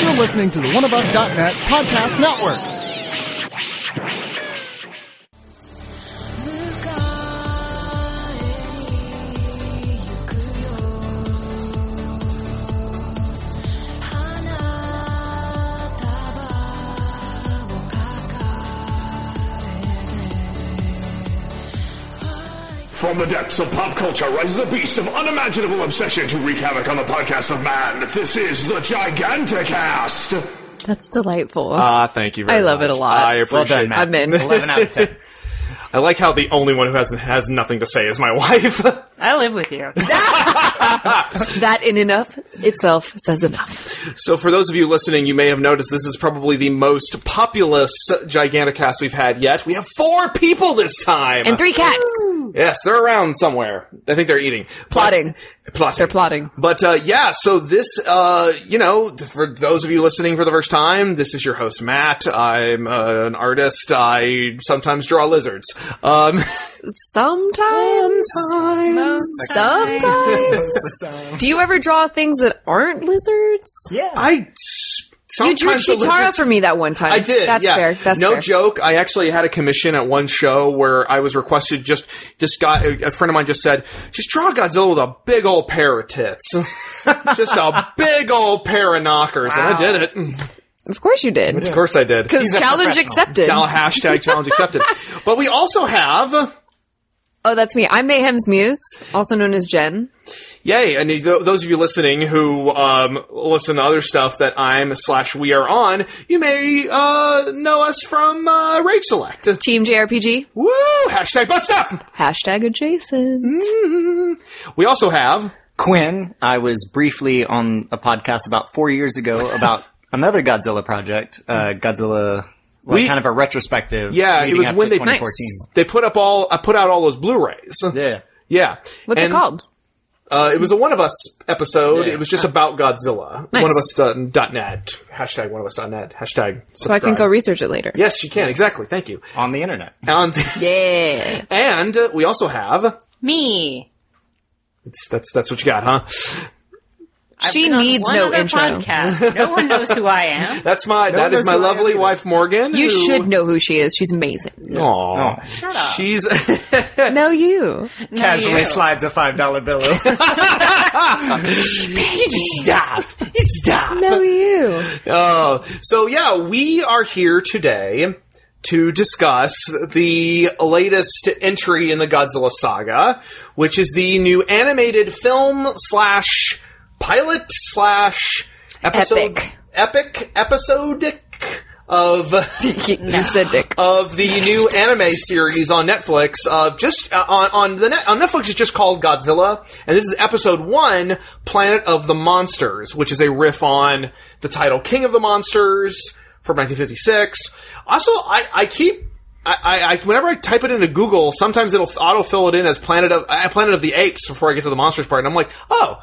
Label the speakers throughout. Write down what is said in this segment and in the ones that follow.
Speaker 1: You're listening to the oneofus.net podcast network.
Speaker 2: From the depths of pop culture rises a beast of unimaginable obsession to wreak havoc on the podcast of man. This is the Giganticast.
Speaker 3: That's delightful.
Speaker 4: Ah, thank you. Very
Speaker 3: I love
Speaker 4: much.
Speaker 3: it a lot.
Speaker 4: I
Speaker 3: Well
Speaker 5: done,
Speaker 4: appreciate.
Speaker 5: Matt.
Speaker 3: I'm in.
Speaker 5: 11 out of 10.
Speaker 4: I like how the only one who has has nothing to say is my wife.
Speaker 5: I live with you.
Speaker 3: that in enough itself says enough.
Speaker 4: so, for those of you listening, you may have noticed this is probably the most populous Giganticast we've had yet. We have four people this time.
Speaker 3: And three cats
Speaker 4: yes, they're around somewhere. I think they're eating,
Speaker 3: plotting.
Speaker 4: But- plotting.
Speaker 3: They're plotting.
Speaker 4: But uh, yeah, so this, uh, you know, th- for those of you listening for the first time, this is your host Matt. I'm uh, an artist. I sometimes draw lizards. Um,
Speaker 3: Sometimes. Sometimes. Do you ever draw things that aren't lizards?
Speaker 5: Yeah.
Speaker 4: I s-
Speaker 3: You drew
Speaker 4: sometimes the
Speaker 3: Chitara
Speaker 4: lizards-
Speaker 3: for me that one time.
Speaker 4: I did.
Speaker 3: That's
Speaker 4: yeah.
Speaker 3: fair. That's
Speaker 4: no
Speaker 3: fair.
Speaker 4: joke. I actually had a commission at one show where I was requested just just got a friend of mine just said just draw Godzilla with a big old pair of tits, just a big old pair of knockers, and I did it.
Speaker 3: Of course you did.
Speaker 4: Of course, I did.
Speaker 3: Because
Speaker 5: a
Speaker 3: challenge
Speaker 5: professional.
Speaker 3: accepted.
Speaker 4: Now hashtag challenge accepted. But we also have
Speaker 3: Oh, that's me. I'm Mayhem's Muse, also known as Jen.
Speaker 4: yay, and th- those of you listening who um, listen to other stuff that I'm slash we are on, you may uh, know us from uh, Rage Select.
Speaker 3: Team JRPG.
Speaker 4: Woo! Hashtag butt stuff.
Speaker 3: Hashtag adjacent.
Speaker 4: Mm. We also have
Speaker 5: Quinn, I was briefly on a podcast about four years ago about another Godzilla project, uh, Godzilla, like
Speaker 4: We-
Speaker 5: kind of a retrospective.
Speaker 4: Yeah, it
Speaker 5: leading
Speaker 4: was
Speaker 5: up
Speaker 4: when
Speaker 5: to
Speaker 4: they-
Speaker 5: 2014.
Speaker 4: they put up all I put out all those Blu-rays.
Speaker 5: Yeah.
Speaker 4: Yeah.
Speaker 3: What's it
Speaker 4: And,
Speaker 3: called?
Speaker 4: Uh, it was a One of Us episode.
Speaker 5: Yeah.
Speaker 4: It was just about Godzilla.
Speaker 3: Nice.
Speaker 4: One of us uh, dot net. Hashtag one of us dot net. Hashtag.
Speaker 3: So I can go research it later.
Speaker 4: Yes, you can. Exactly. Thank you.
Speaker 5: On the internet.
Speaker 4: And,
Speaker 3: Yeah.
Speaker 4: and uh, we also have.
Speaker 6: Me.
Speaker 4: It's, that's that's what you got, huh?
Speaker 3: She
Speaker 6: been on
Speaker 3: needs
Speaker 6: one
Speaker 3: no
Speaker 6: other
Speaker 3: intro.
Speaker 6: Podcast. No one knows who I am.
Speaker 4: That's my that is
Speaker 5: that's
Speaker 4: my
Speaker 5: who I am
Speaker 4: lovely
Speaker 5: either.
Speaker 4: wife Morgan.
Speaker 3: You
Speaker 4: who-
Speaker 3: should know who she is. She's amazing.
Speaker 4: Aw.
Speaker 5: Oh.
Speaker 6: Shut up.
Speaker 4: She's
Speaker 3: No, you.
Speaker 6: No,
Speaker 5: Casually
Speaker 6: you.
Speaker 5: slides a $5 bill. over.
Speaker 4: stop. Stop.
Speaker 3: No, you.
Speaker 4: Oh, so yeah, we are here today to discuss the latest entry in the Godzilla saga, which is the new animated film slash pilot slash episode
Speaker 3: Epic.
Speaker 4: epic episodic of
Speaker 3: You said dick.
Speaker 4: of the new anime series on Netflix. Uh, just uh, on on the net, on Netflix, it's just called Godzilla, and this is episode one, Planet of the Monsters, which is a riff on the title King of the Monsters from 1956. Also, I I keep. I, I, I, whenever I type it into Google, sometimes it'll autofill it in as Planet of uh, Planet of the Apes before I get to the monsters part, and I'm like, oh,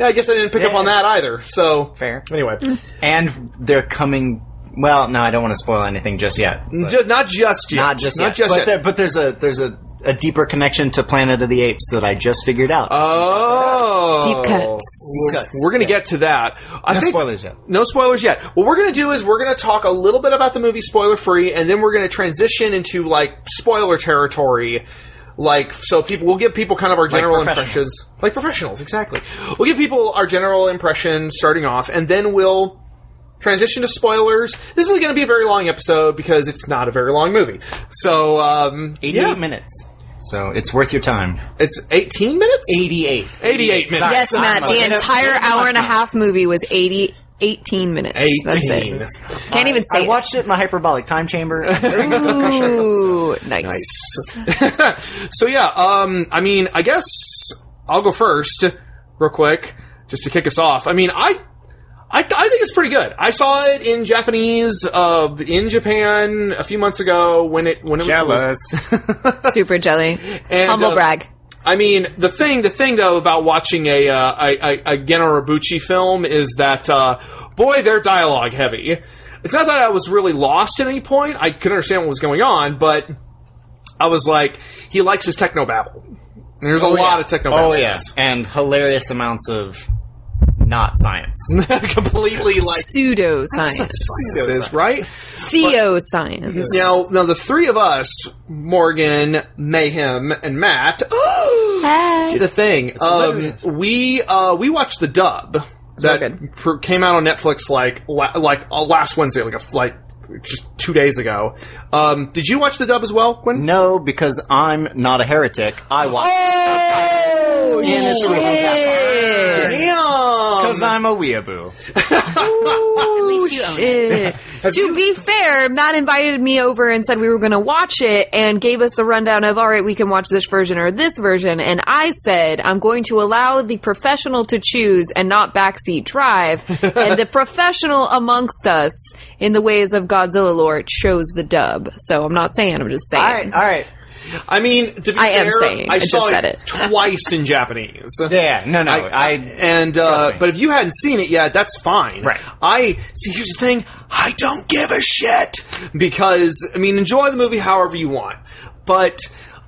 Speaker 4: yeah, I guess I didn't pick up on that either. So
Speaker 5: Fair.
Speaker 4: Anyway,
Speaker 5: and they're coming. Well, no, I don't want to spoil anything just yet. but-
Speaker 4: Ju- not just yet,
Speaker 5: not just yet.
Speaker 4: not just
Speaker 5: but,
Speaker 4: yet.
Speaker 5: there- but there's a there's a, a deeper connection to Planet of the Apes that I just figured out.
Speaker 4: Oh,
Speaker 3: Deep cuts.
Speaker 4: We're- Uh, We're gonna get to that. I
Speaker 5: no
Speaker 4: think-
Speaker 5: spoilers yet.
Speaker 4: No spoilers yet. What we're gonna do is we're gonna talk a little bit about the movie spoiler free, and then we're gonna transition into like spoiler territory. Like so, people we'll give people kind of our general
Speaker 5: professionals.
Speaker 4: impressions, like professionals, exactly. We'll give people our general impression starting off, and then we'll transition to spoilers. This is going to be a very long episode because it's not a very long movie. So um,
Speaker 5: 88
Speaker 4: yeah.
Speaker 5: minutes. So it's worth your time.
Speaker 4: It's eighteen minutes,
Speaker 5: 88.
Speaker 4: 88 minutes.
Speaker 3: Yes,
Speaker 5: Sorry, uh,
Speaker 3: Matt.
Speaker 5: Mother.
Speaker 3: The entire hour and a half movie was 80, 18 minutes. That's
Speaker 4: eighteen.
Speaker 3: it. Can't even say
Speaker 5: I watched it in the hyperbolic time chamber.
Speaker 3: it. Ooh, nice.
Speaker 4: so yeah, um, I mean, I guess I'll go first, real quick, just to kick us off. I mean, I, I, I think it's pretty good. I saw it in Japanese, uh, in Japan a few months ago when it when it was
Speaker 3: Super jelly.
Speaker 4: And,
Speaker 3: Humble
Speaker 4: uh,
Speaker 3: brag.
Speaker 4: I mean, the thing, the thing though about watching a uh, a, a, a Gennaro Bucci film is that uh, boy, they're dialogue heavy. It's not that I was really lost at any point. I could understand what was going on, but I was like, he likes his techno babble. And there's a lot of techno
Speaker 5: Oh,
Speaker 4: babble.
Speaker 5: yes. And hilarious amounts of not science.
Speaker 4: completely like
Speaker 3: Pseudoscience.
Speaker 4: it is, right?
Speaker 3: Theoscience.
Speaker 4: Now, now the three of us, Morgan, Mayhem, and Matt, did a thing. Um, we uh, we watched the dub that
Speaker 3: good.
Speaker 4: pr- came out on Netflix like la- like uh, last Wednesday, like a, like just two days ago. Um, did you watch the dub as well, Quinn?
Speaker 5: No, because I'm not a heretic. I watch
Speaker 4: Oh,
Speaker 5: in its original
Speaker 3: Hey.
Speaker 4: damn!
Speaker 5: because I'm a weeaboo.
Speaker 3: Ooh, shit. Eh, to be fair, Matt invited me over and said we were going to watch it and gave us the rundown of, all right, we can watch this version or this version. And I said, I'm going to allow the professional to choose and not backseat drive. and the professional amongst us, in the ways of Godzilla lore, chose the dub. So I'm not saying, I'm just saying.
Speaker 5: All right, all right.
Speaker 4: I mean, to be
Speaker 3: I am
Speaker 4: fair,
Speaker 3: saying.
Speaker 4: I,
Speaker 3: I just
Speaker 4: saw
Speaker 3: said
Speaker 4: it,
Speaker 3: it.
Speaker 4: twice in Japanese.
Speaker 5: Yeah, no, no. I,
Speaker 4: and uh,
Speaker 5: me.
Speaker 4: but if you hadn't seen it yet, that's fine.
Speaker 5: Right.
Speaker 4: I see. Here's the thing: I don't give a shit because I mean, enjoy the movie however you want. But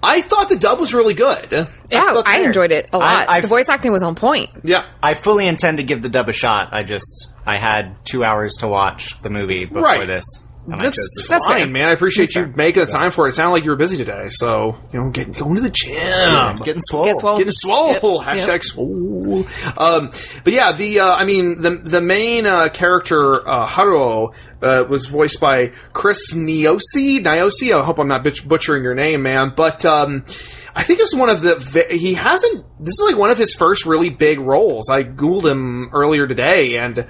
Speaker 4: I thought the dub was really good.
Speaker 3: Yeah,
Speaker 4: thought
Speaker 3: I
Speaker 4: there-
Speaker 3: enjoyed it a lot.
Speaker 5: I-
Speaker 3: the voice acting was on point.
Speaker 4: Yeah.
Speaker 5: I fully intend to give the dub a shot. I just I had two hours to watch the movie before
Speaker 4: Right.
Speaker 5: this. and I chose
Speaker 4: That's,
Speaker 5: this
Speaker 4: that's
Speaker 3: one.
Speaker 4: fine, man. I appreciate you making the time for it. It sounded like you were busy today, so you know, get, going to the gym.
Speaker 5: one. getting swole.
Speaker 3: Guess what?
Speaker 4: Getting swole. Hashtag swole. Um, but yeah, the uh, I mean the the main uh, character uh, Haruo uh, was voiced by Chris Niosi. Niosi. I hope I'm not butch- butchering your name, man. But um, I think it's one of the ve- he hasn't. This is like one of his first really big roles. I googled him earlier today and.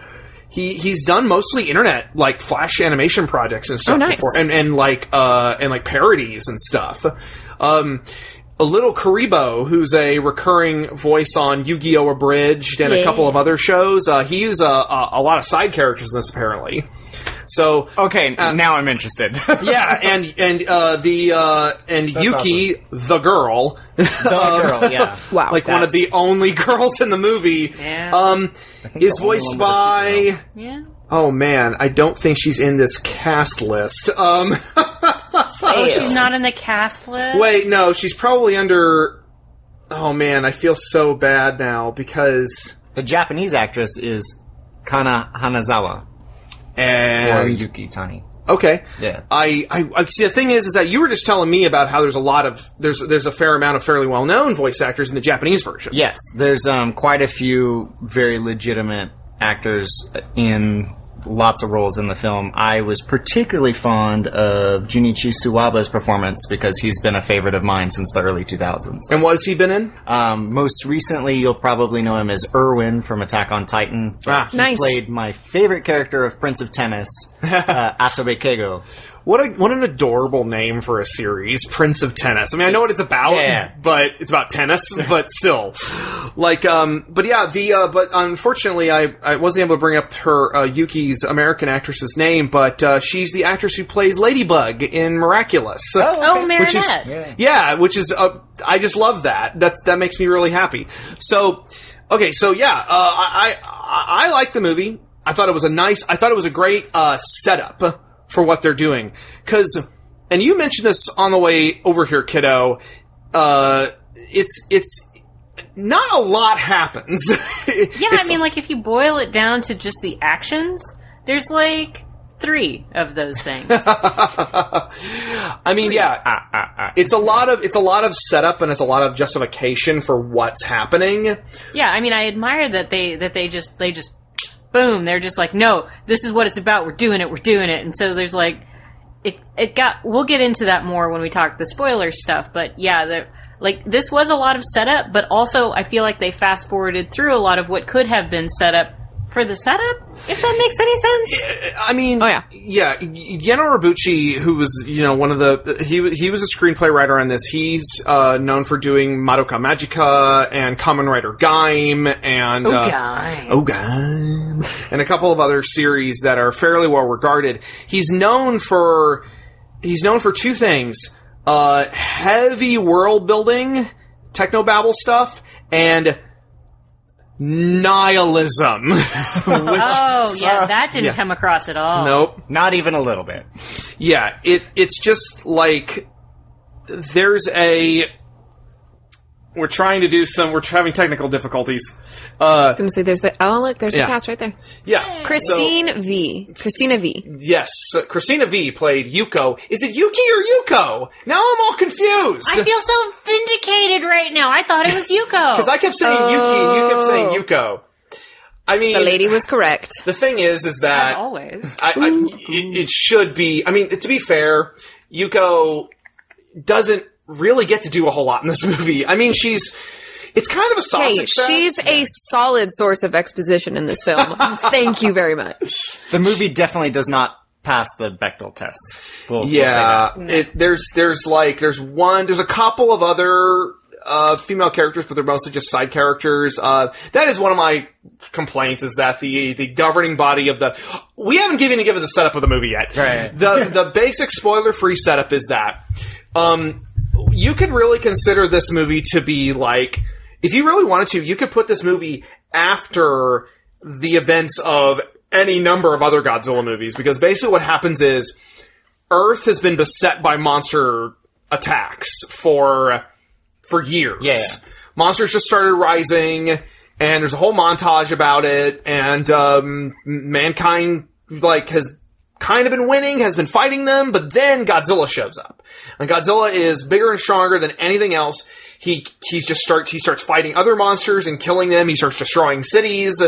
Speaker 4: He, he's done mostly internet like flash animation projects and stuff
Speaker 3: Oh, nice.
Speaker 4: before, and and like uh and like parodies and stuff. Um a little Karibo, who's a recurring voice on Yu-Gi-Oh! Abridged and a
Speaker 3: Yeah.
Speaker 4: couple of other shows. Uh, he used a, a, a lot of side characters in this, apparently. So
Speaker 5: Okay,
Speaker 4: Uh,
Speaker 5: now I'm interested.
Speaker 4: yeah, and and uh, the uh, and Yuki, the girl,
Speaker 5: the girl, yeah.
Speaker 3: Wow.
Speaker 4: like one of the only girls in the movie,
Speaker 6: Yeah.
Speaker 4: um, is
Speaker 5: the only
Speaker 4: voiced
Speaker 5: one with a
Speaker 4: by.
Speaker 5: speaking
Speaker 6: Yeah.
Speaker 4: Oh man, I don't think she's in this cast list. Um,
Speaker 6: Oh, she's not in the cast list.
Speaker 4: wait, no, she's probably under. Oh man, I feel so bad now because
Speaker 5: The Japanese actress is Kana Hanazawa or
Speaker 4: and
Speaker 5: Yuki Tani.
Speaker 4: okay,
Speaker 5: Yeah.
Speaker 4: I, I I see. The thing is, is that you were just telling me about how there's a lot of there's there's a fair amount of fairly well known voice actors in the Japanese version.
Speaker 5: Yes, there's um, quite a few very legitimate actors in lots of roles in the film. I was particularly fond of Junichi Suwaba's performance because he's been a favorite of mine since the early 2000s.
Speaker 4: And what has he been in?
Speaker 5: Um, most recently, you'll probably know him as Irwin from Attack on Titan.
Speaker 4: Ah.
Speaker 5: He
Speaker 3: Nice.
Speaker 5: played my favorite character of Prince of Tennis, uh, Asobe Keigo.
Speaker 4: What a what an adorable name for a series, Prince of Tennis. I mean, I know what it's about,
Speaker 5: Yeah.
Speaker 4: but it's about tennis, but still, like, um, but yeah, the uh, but unfortunately, I I wasn't able to bring up her uh, Yuki's American actress's name, but uh, she's the actress who plays Ladybug in Miraculous.
Speaker 6: Oh,
Speaker 4: Which is
Speaker 6: Marinette.
Speaker 4: yeah. which is uh, I just love that. That's that makes me really happy. So okay, so yeah, uh, I, I I like the movie. I thought it was a nice. I thought it was a great uh, setup for what they're doing. Because and you mentioned this on the way over here, kiddo. Uh, it's it's not a lot happens.
Speaker 6: Yeah, I mean, like, if you boil it down to just the actions, there's like three of those things.
Speaker 4: I mean, yeah, it's a lot of it's a lot of setup and it's a lot of justification for what's happening.
Speaker 6: yeah, I mean, I admire that they that they just they just boom, they're just like, no, this is what it's about. We're doing it. We're doing it. And so there's like, it it got. We'll get into that more when we talk the spoiler stuff. But yeah, the like this was a lot of setup, but also I feel like they fast forwarded through a lot of what could have been set up for the setup. If that makes any sense.
Speaker 4: I mean,
Speaker 3: Oh, yeah.
Speaker 4: yeah. Y- Yeno Rabuchi, who was you know one of the he he was a screenplay writer on this. He's uh, known for doing Madoka Magica and Common Writer Gaim and
Speaker 3: Oh,
Speaker 4: uh, Ogaim and a couple of other series that are fairly well regarded. He's known for he's known for two things: uh, heavy world building, technobabble stuff, and nihilism. Which,
Speaker 6: Oh yeah, that didn't
Speaker 4: Uh, yeah.
Speaker 6: come across at all.
Speaker 4: nope.
Speaker 5: Not even a little bit.
Speaker 4: Yeah, it it's just like there's a We're trying to do some. We're having technical difficulties. Uh,
Speaker 3: gonna say there's the oh look there's
Speaker 4: Yeah.
Speaker 3: the cast right there.
Speaker 4: yeah,
Speaker 3: Christine V. Christina V.
Speaker 4: So, yes, Christina V played Yuko. Is it Yuki or Yuko? Now I'm all confused.
Speaker 6: I feel so vindicated right now. I thought it was Yuko.
Speaker 4: Because I kept saying Yuki, and you kept saying Yuko. I mean,
Speaker 3: Oh. The lady was correct.
Speaker 4: the thing is, is
Speaker 6: as
Speaker 4: that
Speaker 6: always.
Speaker 4: I, I, it, it should be. I mean, to be fair, Yuko doesn't really get to do a whole lot in this movie. I mean, she's it's kind of a sausage.
Speaker 3: Hey,
Speaker 4: fest.
Speaker 3: she's a solid source of exposition in this film. Thank you very much.
Speaker 5: The movie definitely does not pass the Bechtel test. We'll- we'll say that.
Speaker 4: yeah. It, there's there's like there's one there's a couple of other uh, female characters, but they're mostly just side characters. Uh, that is one of my complaints is that the the governing body of the we haven't given given the setup of the movie yet.
Speaker 5: Right.
Speaker 4: The the basic spoiler free setup is that um, you could really consider this movie to be like if you really wanted to, you could put this movie after the events of any number of other Godzilla movies because basically what happens is Earth has been beset by monster attacks for for years.
Speaker 5: Yeah, yeah.
Speaker 4: Monsters just started rising, and there's a whole montage about it, and um, mankind like has kind of been winning, has been fighting them, but then Godzilla shows up. And Godzilla is bigger and stronger than anything else. He he just starts he starts fighting other monsters and killing them. He starts destroying cities.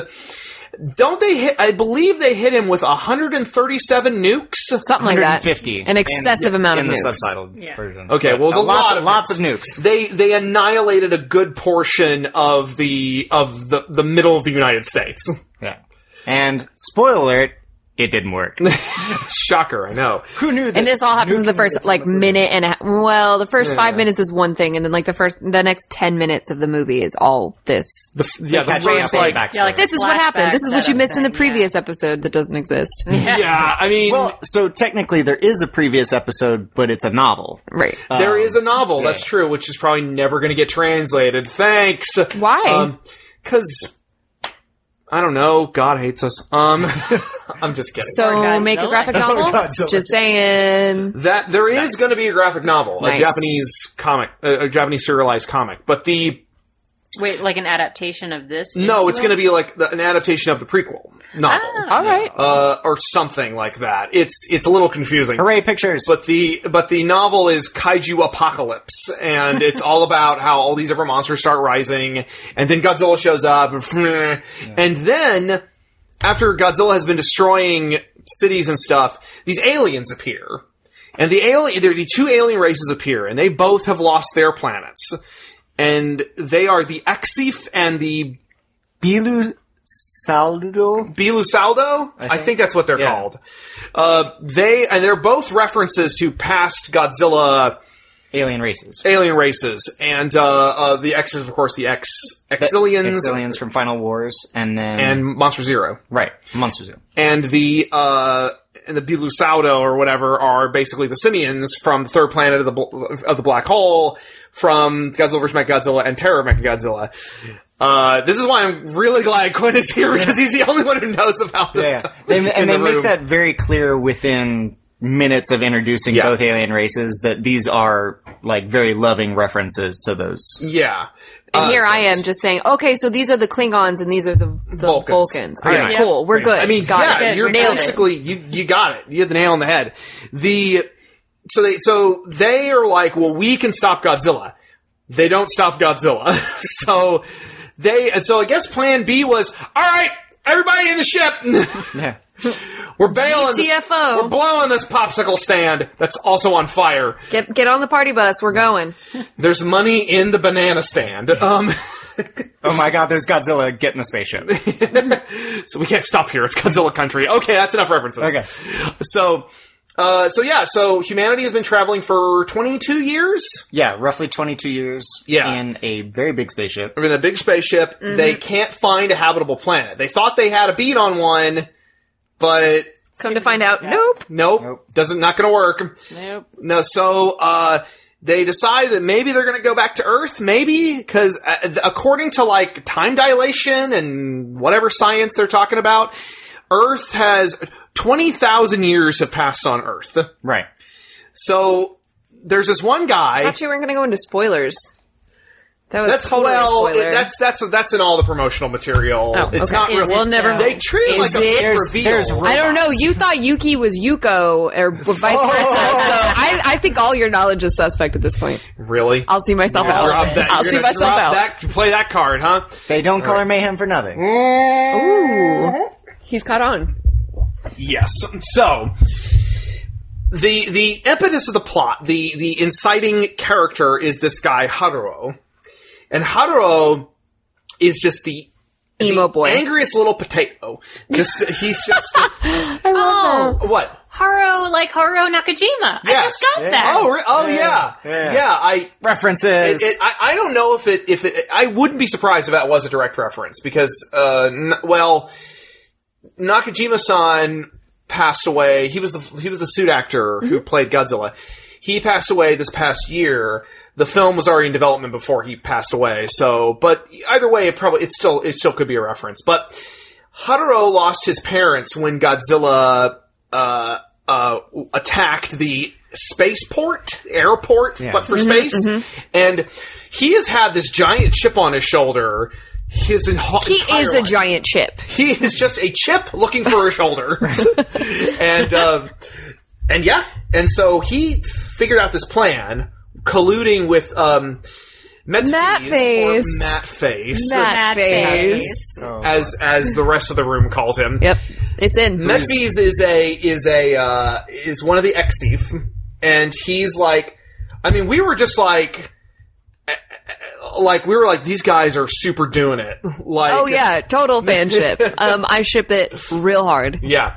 Speaker 4: Don't they hit I believe they hit him with 137 nukes.
Speaker 3: Something like that.
Speaker 5: 150.
Speaker 3: An excessive
Speaker 5: in,
Speaker 3: amount
Speaker 5: in
Speaker 3: of
Speaker 5: the
Speaker 3: nukes.
Speaker 5: subtitled version.
Speaker 4: Okay, well, it was a
Speaker 5: lots,
Speaker 4: lot of
Speaker 5: lots of nukes.
Speaker 4: they they annihilated a good portion of the of the the middle of the United States.
Speaker 5: Yeah. And spoiler alert, it didn't work.
Speaker 4: Shocker, I know.
Speaker 5: Who knew that?
Speaker 3: And this all happens in the first like minute and a half. Well, the first five minutes is one thing, and then like the first, the next ten minutes of the movie is all this.
Speaker 4: The, f- yeah, the
Speaker 5: catch me
Speaker 4: first
Speaker 5: up on
Speaker 4: like
Speaker 5: back.
Speaker 6: yeah, like
Speaker 3: this is what happened. This is what you
Speaker 6: flashback
Speaker 3: missed in the
Speaker 6: setup thing,
Speaker 3: previous episode that doesn't exist.
Speaker 4: yeah, I mean
Speaker 5: Well, so technically there is a previous episode, but it's a novel.
Speaker 3: Right.
Speaker 4: there is a
Speaker 5: um,
Speaker 4: novel that's true, which is probably never going to get translated. Thanks.
Speaker 3: Why?
Speaker 4: um, Because I don't know. God hates us. Um, I'm just kidding.
Speaker 3: so
Speaker 6: Or
Speaker 3: make a
Speaker 6: Godzilla.
Speaker 4: Oh,
Speaker 3: graphic novel. Just saying.
Speaker 4: That there is going to be a graphic novel,
Speaker 3: Nice.
Speaker 4: a Japanese comic, a, a Japanese serialized comic, but the
Speaker 6: yeah. Wait, like an adaptation of this?
Speaker 4: no,
Speaker 6: into
Speaker 4: it's going
Speaker 6: it?
Speaker 4: to be like the, an adaptation of the prequel novel.
Speaker 6: Ah.
Speaker 3: All right.
Speaker 4: uh, or something like that. It's it's a little confusing.
Speaker 5: Hooray, pictures.
Speaker 4: But the but the novel is Kaiju Apocalypse, and it's all about how all these different monsters start rising, and then Godzilla shows up, and, and then after Godzilla has been destroying cities and stuff, these aliens appear, and the alien there the two alien races appear, and they both have lost their planets, and they are the Exif and the
Speaker 5: Bilu Saldo?
Speaker 4: Bilusaldo? I think, that's what they're
Speaker 5: Yeah.
Speaker 4: called. Uh, they and they're both references to past Godzilla
Speaker 5: Alien races.
Speaker 4: alien races, and uh, uh, the X is of course the X Exilians
Speaker 5: Exilians from Final Wars, and then
Speaker 4: and Monster Zero,
Speaker 5: right Monster Zoo.
Speaker 4: and the uh, and the Bilusaldo or whatever are basically the simians from the third planet of the bl- of the black hole from Godzilla vs Mechagodzilla and Terror Mechagodzilla. Uh, this is why I'm really glad Quinn is here because he's the only one who knows about this.
Speaker 5: Yeah,
Speaker 4: stuff
Speaker 5: They-
Speaker 4: in
Speaker 5: and
Speaker 4: the
Speaker 5: they make
Speaker 4: room.
Speaker 5: that very clear within minutes of introducing
Speaker 4: Yeah.
Speaker 5: both alien races that these are like very loving references to those.
Speaker 4: Yeah.
Speaker 3: And
Speaker 4: Uh,
Speaker 3: here I am just saying, okay, so these are the Klingons and these are the, the
Speaker 4: Vulcans.
Speaker 3: Vulcans. All
Speaker 4: Yeah.
Speaker 3: right,
Speaker 4: Yeah.
Speaker 3: cool. We're good.
Speaker 4: I mean,
Speaker 3: Got
Speaker 4: yeah,
Speaker 3: it.
Speaker 4: you're
Speaker 3: Nailed it.
Speaker 4: basically you you got it. You hit the nail on the head. The so they so they are like, well, we can stop Godzilla. They don't stop Godzilla. so they and so I guess Plan B was all right. Everybody in the ship.
Speaker 5: Yeah.
Speaker 4: We're bailing. this-
Speaker 3: GTFO.
Speaker 4: We're blowing this popsicle stand that's also on fire.
Speaker 3: Get get on the party bus. We're going.
Speaker 4: There's money in the banana stand. Um,
Speaker 5: Oh my God! There's Godzilla getting the spaceship.
Speaker 4: so we can't stop here. It's Godzilla country. Okay, that's enough references.
Speaker 5: Okay.
Speaker 4: So, uh, so yeah, so humanity has been traveling for 22 years
Speaker 5: Yeah, roughly 22 years
Speaker 4: Yeah. Uh,
Speaker 5: in a very big spaceship.
Speaker 4: in a big spaceship. They can't find a habitable planet. They thought they had a beat on one, but
Speaker 3: Come to find out, nope.
Speaker 4: nope,
Speaker 5: Nope.
Speaker 4: doesn't not going to work.
Speaker 6: Nope.
Speaker 4: No, so uh, they decide that maybe they're going to go back to Earth, maybe because uh, th- according to like time dilation and whatever science they're talking about, Earth has 20,000 years have passed on Earth.
Speaker 5: Right.
Speaker 4: So there's this one guy.
Speaker 3: Actually, we're going to go into spoilers. That was
Speaker 4: That's
Speaker 3: totally a
Speaker 4: well.
Speaker 3: spoiler.
Speaker 4: that's that's that's in all the promotional material.
Speaker 3: Oh,
Speaker 4: it's
Speaker 3: okay.
Speaker 4: not
Speaker 6: Is
Speaker 4: really.
Speaker 6: it, We'll never though? know.
Speaker 4: They treat
Speaker 3: Is
Speaker 4: it like a
Speaker 3: it?
Speaker 4: big
Speaker 3: There's-
Speaker 4: reveal.
Speaker 5: there's
Speaker 3: I don't know. You thought Yuki was Yuko or vice versa. So
Speaker 4: Oh.
Speaker 3: I, I think all your knowledge is suspect at this point.
Speaker 4: really.
Speaker 3: I'll see myself
Speaker 4: You're gonna
Speaker 3: out.
Speaker 4: drop that.
Speaker 3: I'll
Speaker 4: You're
Speaker 3: see
Speaker 4: gonna
Speaker 3: myself
Speaker 4: drop
Speaker 3: out.
Speaker 4: That, play that card, huh?
Speaker 5: They don't color mayhem for nothing.
Speaker 3: Ooh. He's caught on.
Speaker 4: Yes. So the the impetus of the plot, the the inciting character is this guy Haruo, and Haruo is just the
Speaker 3: Emo
Speaker 4: the
Speaker 3: boy.
Speaker 4: angriest little potato. Just he's just
Speaker 6: Oh,
Speaker 4: what?
Speaker 6: Haro, like Haro Nakajima. I
Speaker 4: Yes.
Speaker 6: just got that.
Speaker 4: Oh, re- oh yeah,
Speaker 5: Yeah.
Speaker 4: yeah. I
Speaker 5: References.
Speaker 4: It, it, I, I don't know if it if it, I wouldn't be surprised if that was a direct reference because uh n- well Nakajima-san passed away. He was the he was the suit actor who
Speaker 3: Mm-hmm.
Speaker 4: played Godzilla. He passed away this past year. The film was already in development before he passed away. So, but either way, it probably it still it still could be a reference. But Hadaro lost his parents when Godzilla uh, uh, attacked the spaceport, airport, but
Speaker 3: Mm-hmm,
Speaker 4: for space. And he has had this giant chip on his shoulder. His en-
Speaker 3: He
Speaker 4: entire
Speaker 3: is a
Speaker 4: life.
Speaker 3: giant chip.
Speaker 4: He is just a chip looking for a shoulder, and um, and yeah, and so he figured out this plan, colluding with um, Metface
Speaker 3: Matt
Speaker 4: or
Speaker 3: Face.
Speaker 4: Matt Face,
Speaker 3: That
Speaker 6: That
Speaker 3: face.
Speaker 6: face.
Speaker 4: as as the rest of the room calls him.
Speaker 3: Yep. It's in.
Speaker 4: Medbees is a is a uh, is one of the Exif, and he's like, I mean, we were just like, eh, eh, like we were like, these guys are super doing it. Like,
Speaker 3: Oh yeah, total fanship. um, I ship it real hard.
Speaker 4: yeah.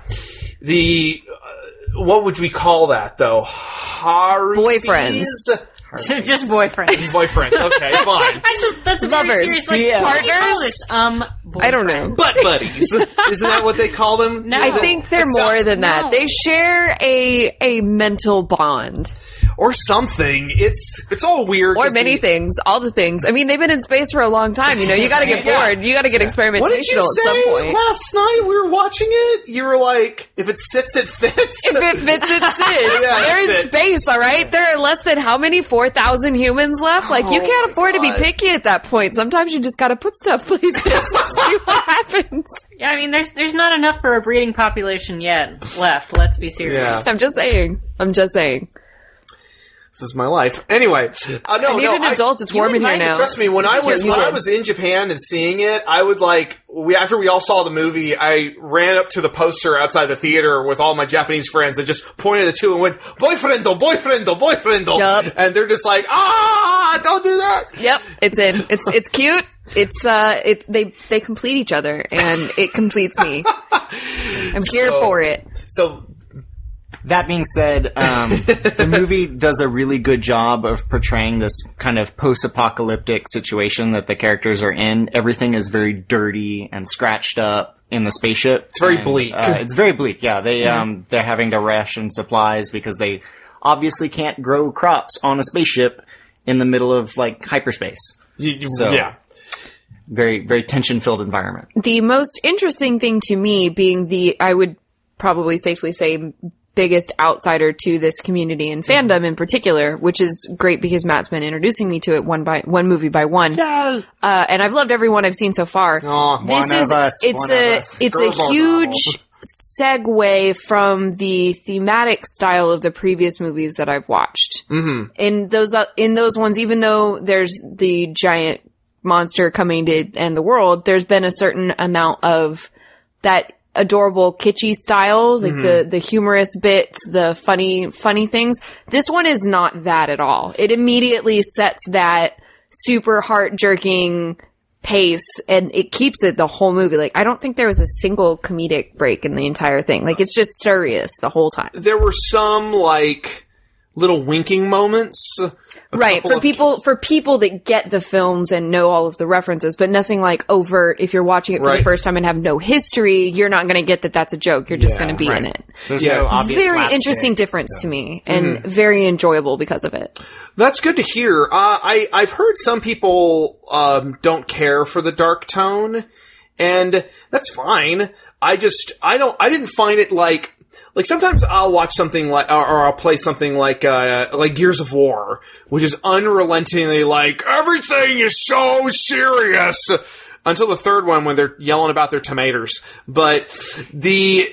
Speaker 4: The uh, what would we call that though? Haru
Speaker 3: Boyfriends. Oh,
Speaker 6: just boyfriend.
Speaker 4: Boyfriends. Okay, fine.
Speaker 6: I just, that's a very
Speaker 3: Lovers.
Speaker 6: serious, like,
Speaker 5: Yeah.
Speaker 6: what do you call
Speaker 3: Partners?
Speaker 6: this? Um,
Speaker 3: I don't know.
Speaker 4: Butt buddies. Isn't that what they call them?
Speaker 6: No.
Speaker 3: I think they're more than that.
Speaker 6: no.
Speaker 3: They share a a mental bond,
Speaker 4: Or something. It's it's all weird.
Speaker 3: or
Speaker 4: 'cause
Speaker 3: many
Speaker 4: the-
Speaker 3: things, all the things. I mean, they've been in space for a long time. You know, you got to get
Speaker 4: Yeah.
Speaker 3: bored. You got to get
Speaker 4: What did you
Speaker 3: experimentational at some
Speaker 4: say
Speaker 3: point.
Speaker 4: last night? We were watching it. You were like, "If it sits, it fits."
Speaker 3: If it fits, it sits.
Speaker 4: Yeah,
Speaker 3: They're in
Speaker 4: that's it.
Speaker 3: space, all right. There are less than how many four thousand humans left. Like you
Speaker 4: Oh
Speaker 3: can't
Speaker 4: my
Speaker 3: afford to be
Speaker 4: God.
Speaker 3: picky at that point. Sometimes you just got to put stuff places, and see what happens.
Speaker 6: Yeah, I mean, there's there's not enough for a breeding population yet left. Let's be serious.
Speaker 4: Yeah.
Speaker 3: I'm just saying. I'm just saying.
Speaker 4: this is my life. Anyway, uh, no,
Speaker 3: I need
Speaker 4: no,
Speaker 3: an adult. It's
Speaker 6: you
Speaker 3: warm in here
Speaker 6: invited-
Speaker 3: now.
Speaker 4: Trust me, when
Speaker 3: This
Speaker 4: I
Speaker 3: is
Speaker 4: was
Speaker 3: what you
Speaker 4: when I
Speaker 3: did.
Speaker 4: was in Japan and seeing it, I would like we after we all saw the movie, I ran up to the poster outside the theater with all my Japanese friends and just pointed at two and went boyfriendo, boyfriendo, boyfriendo,
Speaker 3: Yup.
Speaker 4: and they're just like ah, don't do that.
Speaker 3: Yep, it's in. It's it's cute. It's uh, it they they complete each other, and it completes me. I'm here
Speaker 4: So-
Speaker 3: for it.
Speaker 4: So
Speaker 5: That being said, um, the movie does a really good job of portraying this kind of post-apocalyptic situation that the characters are in. Everything is very dirty and scratched up in the spaceship. It's
Speaker 4: very bleak.
Speaker 5: it's very bleak. Yeah, they um, they're having to ration supplies because they obviously can't grow crops on a spaceship in the middle of like hyperspace.
Speaker 4: you- you-
Speaker 5: So-
Speaker 4: yeah,
Speaker 5: Very very tension-filled environment.
Speaker 3: The most interesting thing to me being the I would probably safely say biggest outsider to this community and fandom in particular, which is great because Matt's been introducing me to it one by one movie by one. Uh, and I've loved everyone I've seen so far.
Speaker 4: Aw,
Speaker 3: this
Speaker 5: Oh, one
Speaker 3: is
Speaker 5: of us,
Speaker 3: it's
Speaker 5: one
Speaker 3: a
Speaker 5: of us.
Speaker 3: it's
Speaker 4: Girls
Speaker 3: a
Speaker 4: are
Speaker 3: huge segue from the thematic style of the previous movies that I've watched. Mm-hmm. In those uh, in those ones, even though there's the giant monster coming to end the world, there's been a certain amount of that adorable kitschy style, like
Speaker 4: Mm-hmm.
Speaker 3: the the humorous bits, the funny funny things. This one is not that at all. It immediately sets that super heart jerking pace and it keeps it the whole movie. Like I don't think there was a single comedic break in the entire thing. Like it's just serious the whole time.
Speaker 4: there were some like little winking moments.
Speaker 3: right
Speaker 4: couple
Speaker 3: for
Speaker 4: of-
Speaker 3: people for people that get the films and know all of the references but nothing like overt if you're watching it for the
Speaker 4: Right.
Speaker 3: first time and have no history you're not going to get that that's a joke you're just
Speaker 4: Yeah,
Speaker 3: going to be in
Speaker 4: right.
Speaker 3: it
Speaker 5: There's
Speaker 4: Yeah.
Speaker 5: no obvious
Speaker 3: very
Speaker 5: slapstick.
Speaker 3: interesting difference to me and very enjoyable because of it
Speaker 4: That's good to hear. Uh, I I've heard some people um, don't care for the dark tone, and that's fine. I just I don't I didn't find it like like sometimes I'll watch something like or, or I'll play something like uh, like Gears of War, which is unrelentingly like everything is so serious until the third one when they're yelling about their tomatoes. But the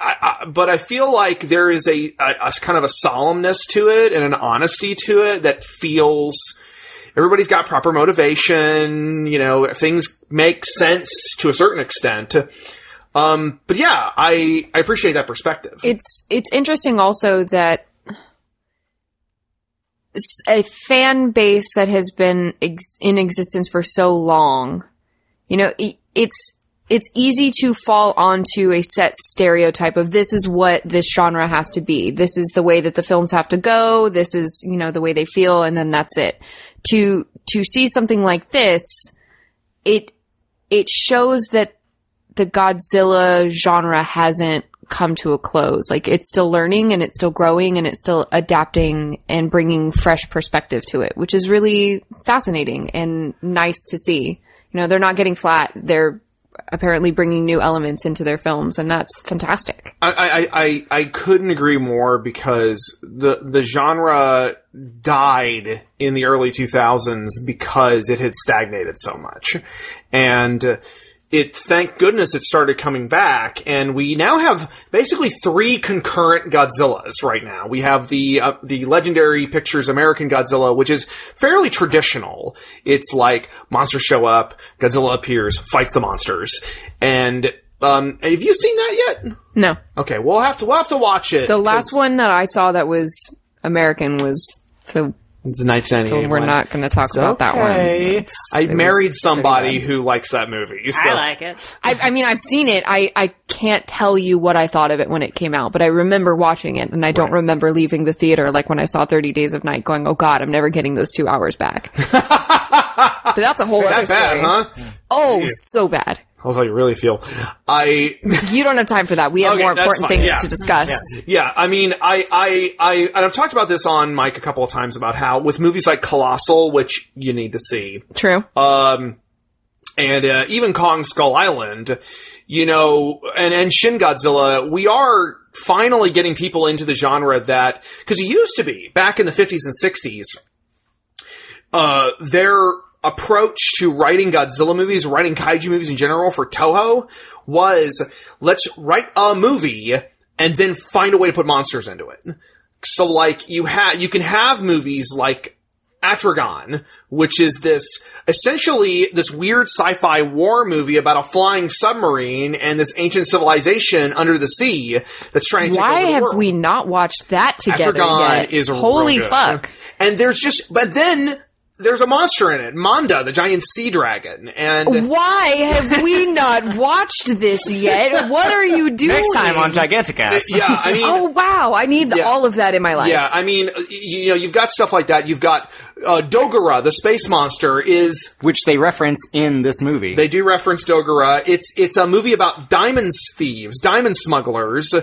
Speaker 4: I, I, but I feel like there is a, a, a kind of a solemnness to it and an honesty to it that feels everybody's got proper motivation. You know, things make sense to a certain extent. Um, but yeah, I, I appreciate that perspective.
Speaker 3: It's it's interesting also that s- a fan base that has been ex- in existence for so long, you know, i- it's it's easy to fall onto a set stereotype of this is what this genre has to be. This is the way that the films have to go. This is, you know, the way they feel and then that's it. To to see something like this, it it shows that the Godzilla genre hasn't come to a close. Like it's still learning and it's still growing and it's still adapting and bringing fresh perspective to it, which is really fascinating and nice to see. You know, they're not getting flat. They're apparently bringing new elements into their films and that's fantastic.
Speaker 4: I, I, I, I couldn't agree more because the the genre died in the early 2000s because it had stagnated so much. And it thank goodness it started coming back and we now have basically three concurrent Godzillas right now. We have the uh, the legendary pictures American Godzilla which is fairly traditional. It's like monsters show up, Godzilla appears, fights the monsters. And um, have you seen that yet?
Speaker 3: No.
Speaker 4: Okay, we'll have to we'll have to watch it.
Speaker 3: The last one that I saw that was American was the
Speaker 4: it's 1998.
Speaker 3: we're not going to talk about that one.
Speaker 4: I
Speaker 3: was
Speaker 4: married
Speaker 3: pretty
Speaker 4: somebody who likes that movie. So.
Speaker 6: I like it.
Speaker 3: I, I mean, I've seen it. I, I can't tell you what I thought of it when it came out, but I remember watching it, and I don't remember leaving the theater like when I saw Thirty Days of Night, going, "Oh God, I'm never getting those two hours back." but that's a whole other
Speaker 4: that bad,
Speaker 3: story.
Speaker 4: huh?
Speaker 3: Oh, so bad.
Speaker 4: How's how you really feel? I
Speaker 3: You don't have time for that. We have
Speaker 4: Okay,
Speaker 3: more
Speaker 4: that's
Speaker 3: important
Speaker 4: fine.
Speaker 3: things
Speaker 4: Yeah.
Speaker 3: to discuss.
Speaker 4: yeah, I mean, I, I, I, and I've talked about this on Mike a couple of times about how with movies like Colossal, which you need to see,
Speaker 3: True.
Speaker 4: um, and uh, even Kong Skull Island, you know, and and Shin Godzilla, we are finally getting people into the genre that because it used to be back in the fifties and sixties, uh, their approach to writing Godzilla movies, writing kaiju movies in general for Toho was let's write a movie and then find a way to put monsters into it. So like you have you can have movies like Atragon, which is this essentially this weird sci-fi war movie about a flying submarine and this ancient civilization under the sea that's trying to take over
Speaker 3: Why
Speaker 4: the
Speaker 3: have
Speaker 4: world.
Speaker 3: we not watched that together
Speaker 4: Atragon
Speaker 3: yet?
Speaker 4: is real
Speaker 3: Holy
Speaker 4: good.
Speaker 3: fuck!
Speaker 4: And there's just, but then there's a monster in it, Manda, the giant sea dragon,
Speaker 3: Oh,
Speaker 4: and uh,
Speaker 3: Why have we not watched this yet? What are you doing?
Speaker 5: Next time on Giganticast.
Speaker 4: yeah, I mean.
Speaker 3: Oh wow! I need
Speaker 4: Yeah.
Speaker 3: all of that in my life.
Speaker 4: Yeah, I mean, y- you know, you've got stuff like that. You've got uh, Dogura, the space monster, is
Speaker 5: Which they reference in this movie.
Speaker 4: They do reference Dogura. It's it's a movie about diamonds thieves, diamond smugglers.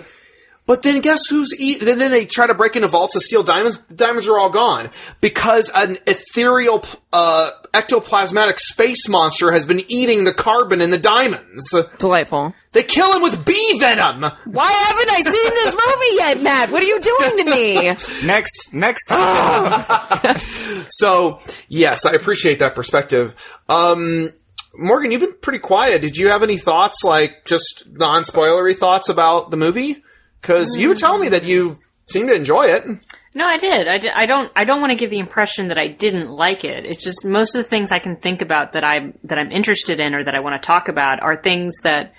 Speaker 4: But then guess who's eat? Then, then they try to break into vaults to steal diamonds. Diamonds are all gone because an ethereal uh, ectoplasmatic space monster has been eating the carbon in the diamonds.
Speaker 3: Delightful.
Speaker 4: They kill him with bee venom.
Speaker 3: Why haven't I seen this movie yet, Matt? What are you doing to me?
Speaker 5: next next time.
Speaker 4: So yes, I appreciate that perspective. Um, Morgan, you've been pretty quiet. Did you have any thoughts, like just non-spoilery thoughts about the movie? Because you were telling me that you seem to enjoy it.
Speaker 6: No, I did. I, di- I don't. I don't want to give the impression that I didn't like it. It's just most of the things I can think about that I'm that I'm interested in or that I want to talk about are things that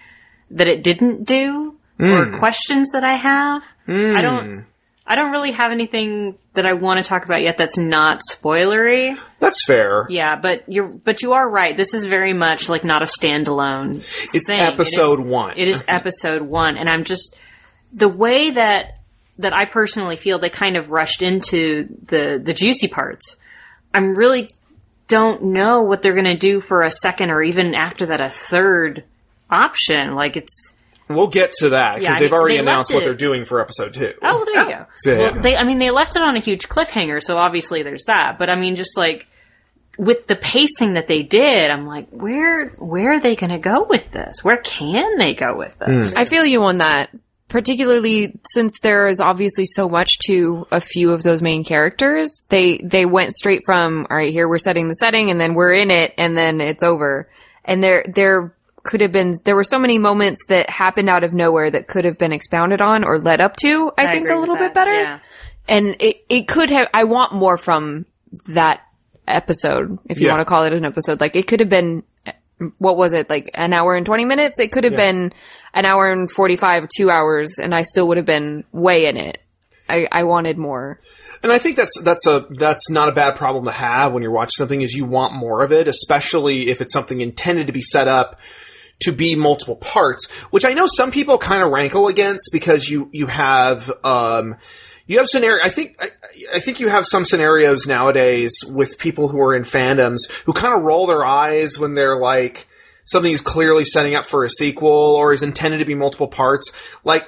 Speaker 6: that it didn't do
Speaker 4: Hmm.
Speaker 6: or questions that I have. I don't. I don't really have anything that I want to talk about yet that's not spoilery.
Speaker 4: That's fair.
Speaker 6: Yeah, but you're but you are right. This is very much like not a standalone.
Speaker 4: it's
Speaker 6: thing. It is-
Speaker 4: episode one.
Speaker 6: It is episode one, and I'm just the way that that I personally feel they kind of rushed into the the juicy parts. I'm really don't know what they're gonna do for a second or even after that a third option. Like it's
Speaker 4: We'll get to that because
Speaker 6: Yeah, I
Speaker 4: they've
Speaker 6: mean,
Speaker 4: already
Speaker 6: they left
Speaker 4: announced what
Speaker 6: it-
Speaker 4: they're doing for episode two.
Speaker 6: oh there you go.
Speaker 4: So, yeah.
Speaker 6: Well, they I mean they left it on a huge cliffhanger, so obviously there's that. But I mean just like with the pacing that they did, I'm like, where where are they gonna go with this? Where can they go with this?
Speaker 3: I feel you on that, particularly since there is obviously so much to a few of those main characters they they went straight from all right here we're setting the setting and then we're in it and then it's over and there there could have been there were so many moments that happened out of nowhere that could have been expounded on or led up to i, think
Speaker 6: agree
Speaker 3: a
Speaker 6: with
Speaker 3: little
Speaker 6: that.
Speaker 3: bit better
Speaker 6: Yeah.
Speaker 3: and it, it could have i want more from that episode if you
Speaker 4: Yeah.
Speaker 3: want to call it an episode like it could have been what was it like an hour and 20 minutes it could have been an hour and 45 two hours and i still would have been way in it i, I wanted more
Speaker 4: And I think that's that's a that's not a bad problem to have when you're watching something is you want more of it, especially if it's something intended to be set up to be multiple parts, which I know some people kind of rankle against because you you have um you have scenario. I think I, I think you have some scenarios nowadays with people who are in fandoms who kind of roll their eyes when they're like something is clearly setting up for a sequel or is intended to be multiple parts, like.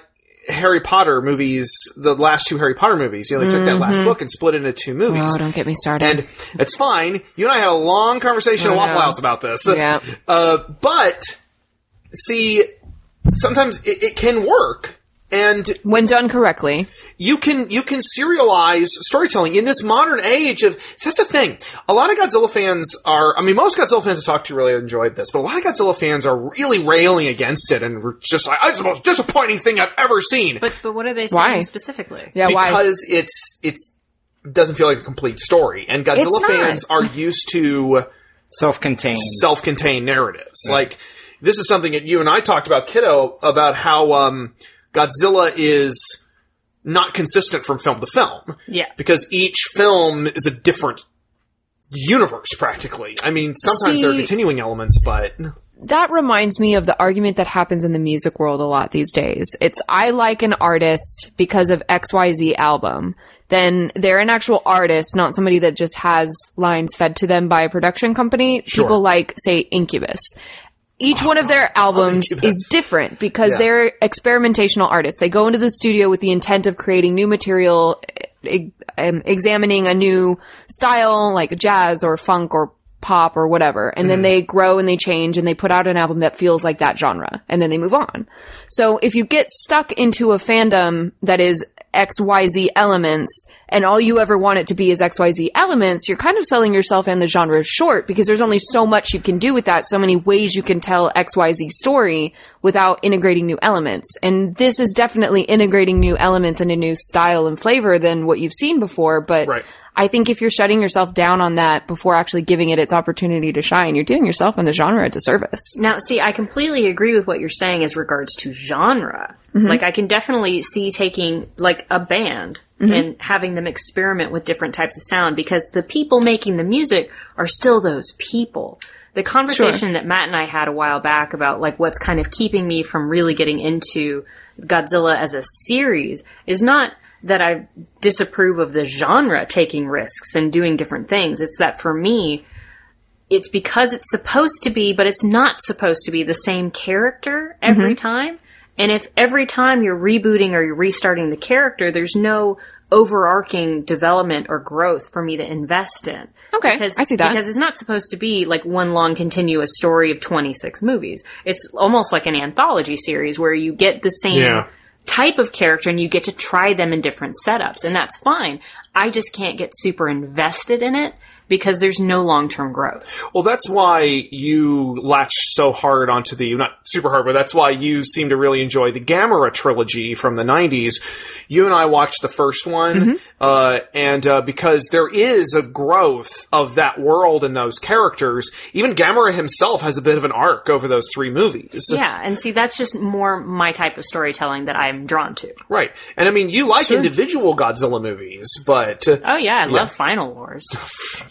Speaker 4: Harry Potter movies, the last two Harry Potter movies, you know, they took that last book and split it into two movies.
Speaker 3: oh don't get me started
Speaker 4: And it's fine. You and I had a long conversation at
Speaker 3: I
Speaker 4: Waffle
Speaker 3: know.
Speaker 4: House about this.
Speaker 3: Yeah.
Speaker 4: Uh, but see, sometimes it, it can work, and
Speaker 3: when done correctly
Speaker 4: you can you can serialize storytelling in this modern age of so that's the thing. A lot of Godzilla fans are I mean most Godzilla fans I talked to really enjoyed this, but a lot of Godzilla fans are really railing against it and were just like it's the most disappointing thing I've ever seen.
Speaker 6: But but what are they saying
Speaker 3: Why?
Speaker 6: specifically?
Speaker 3: yeah why
Speaker 4: because it's it's doesn't feel like a complete story. And Godzilla
Speaker 3: not.
Speaker 4: fans are used to
Speaker 5: Self-contained.
Speaker 4: self-contained narratives. Like this is something that you and I talked about, Kiddo, about how um, Godzilla is not consistent from film to film
Speaker 6: Yeah.
Speaker 4: because each film is a different universe practically. I mean, sometimes there are
Speaker 3: See-
Speaker 4: continuing elements, but
Speaker 3: that reminds me of the argument that happens in the music world a lot these days. It's I like an artist because of XYZ album. Then they're an actual artist, not somebody that just has lines fed to them by a production company. People like, say, Incubus. Each one of their albums is different because they're experimentational artists. They go into the studio with the intent of creating new material, e- um, examining a new style like jazz or funk or pop or whatever. And then they grow and they change and they put out an album that feels like that genre and then they move on. So if you get stuck into a fandom that is XYZ elements and all you ever want it to be is XYZ elements, you're kind of selling yourself and the genre short because there's only so much you can do with that, so many ways you can tell XYZ story without integrating new elements. And this is definitely integrating new elements and a new style and flavor than what you've seen before, but
Speaker 4: Right.
Speaker 3: I think if you're shutting yourself down on that before actually giving it its opportunity to shine, you're doing yourself and the genre a disservice.
Speaker 6: Now, see, I completely agree with what you're saying as regards to genre. Like, I can definitely see taking, like, a band and having them experiment with different types of sound because the people making the music are still those people. The conversation that Matt and I had a while back about, like, what's kind of keeping me from really getting into Godzilla as a series is not that I disapprove of the genre taking risks and doing different things. It's that for me, it's because it's supposed to be, but it's not supposed to be the same character every
Speaker 3: Mm-hmm.
Speaker 6: time. And if every time you're rebooting or you're restarting the character, there's no overarching development or growth for me to invest in.
Speaker 3: Okay, I see that.
Speaker 6: Because it's not supposed to be like one long continuous story of 26 movies. It's almost like an anthology series where you get the same
Speaker 4: Yeah.
Speaker 6: type of character and you get to try them in different setups and that's fine. I just can't get super invested in it because there's no long-term growth.
Speaker 4: Well, that's why you latch so hard onto the not super hard, but that's why you seem to really enjoy the Gamera trilogy from the '90s. You and I watched the first one,
Speaker 3: Mm-hmm.
Speaker 4: uh, and uh, because there is a growth of that world and those characters, even Gamera himself has a bit of an arc over those three movies.
Speaker 6: Yeah, and see, that's just more my type of storytelling that I'm drawn to.
Speaker 4: Right, and I mean, you like individual Godzilla movies, but uh,
Speaker 6: Oh yeah, I love Final Wars.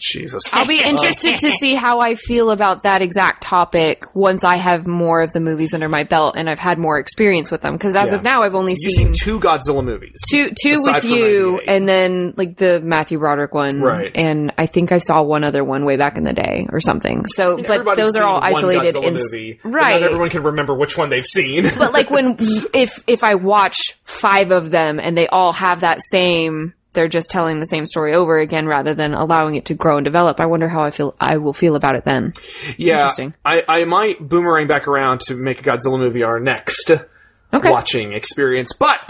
Speaker 4: Jesus,
Speaker 3: I'll be interested to see how I feel about that exact topic once I have more of the movies under my belt and I've had more experience with them. Because as of now, I've only
Speaker 4: you've
Speaker 3: seen
Speaker 4: seen two Godzilla movies.
Speaker 3: two two
Speaker 4: aside
Speaker 3: with
Speaker 4: from
Speaker 3: you
Speaker 4: 98.
Speaker 3: and then like the Matthew Broderick one,
Speaker 4: Right.
Speaker 3: And I think I saw one other one way back in the day or something. So, but
Speaker 4: Everybody's
Speaker 3: those are
Speaker 4: seen
Speaker 3: all
Speaker 4: one
Speaker 3: isolated
Speaker 4: Godzilla
Speaker 3: in
Speaker 4: movie, but
Speaker 3: right.
Speaker 4: Not everyone can remember which one they've seen.
Speaker 3: but like when if if I watch five of them and they all have that same they're just telling the same story over again rather than allowing it to grow and develop. I wonder how I feel I will feel about it then.
Speaker 4: Yeah,
Speaker 3: Interesting.
Speaker 4: I, I might boomerang back around to make a Godzilla movie our next
Speaker 3: Okay.
Speaker 4: watching experience. But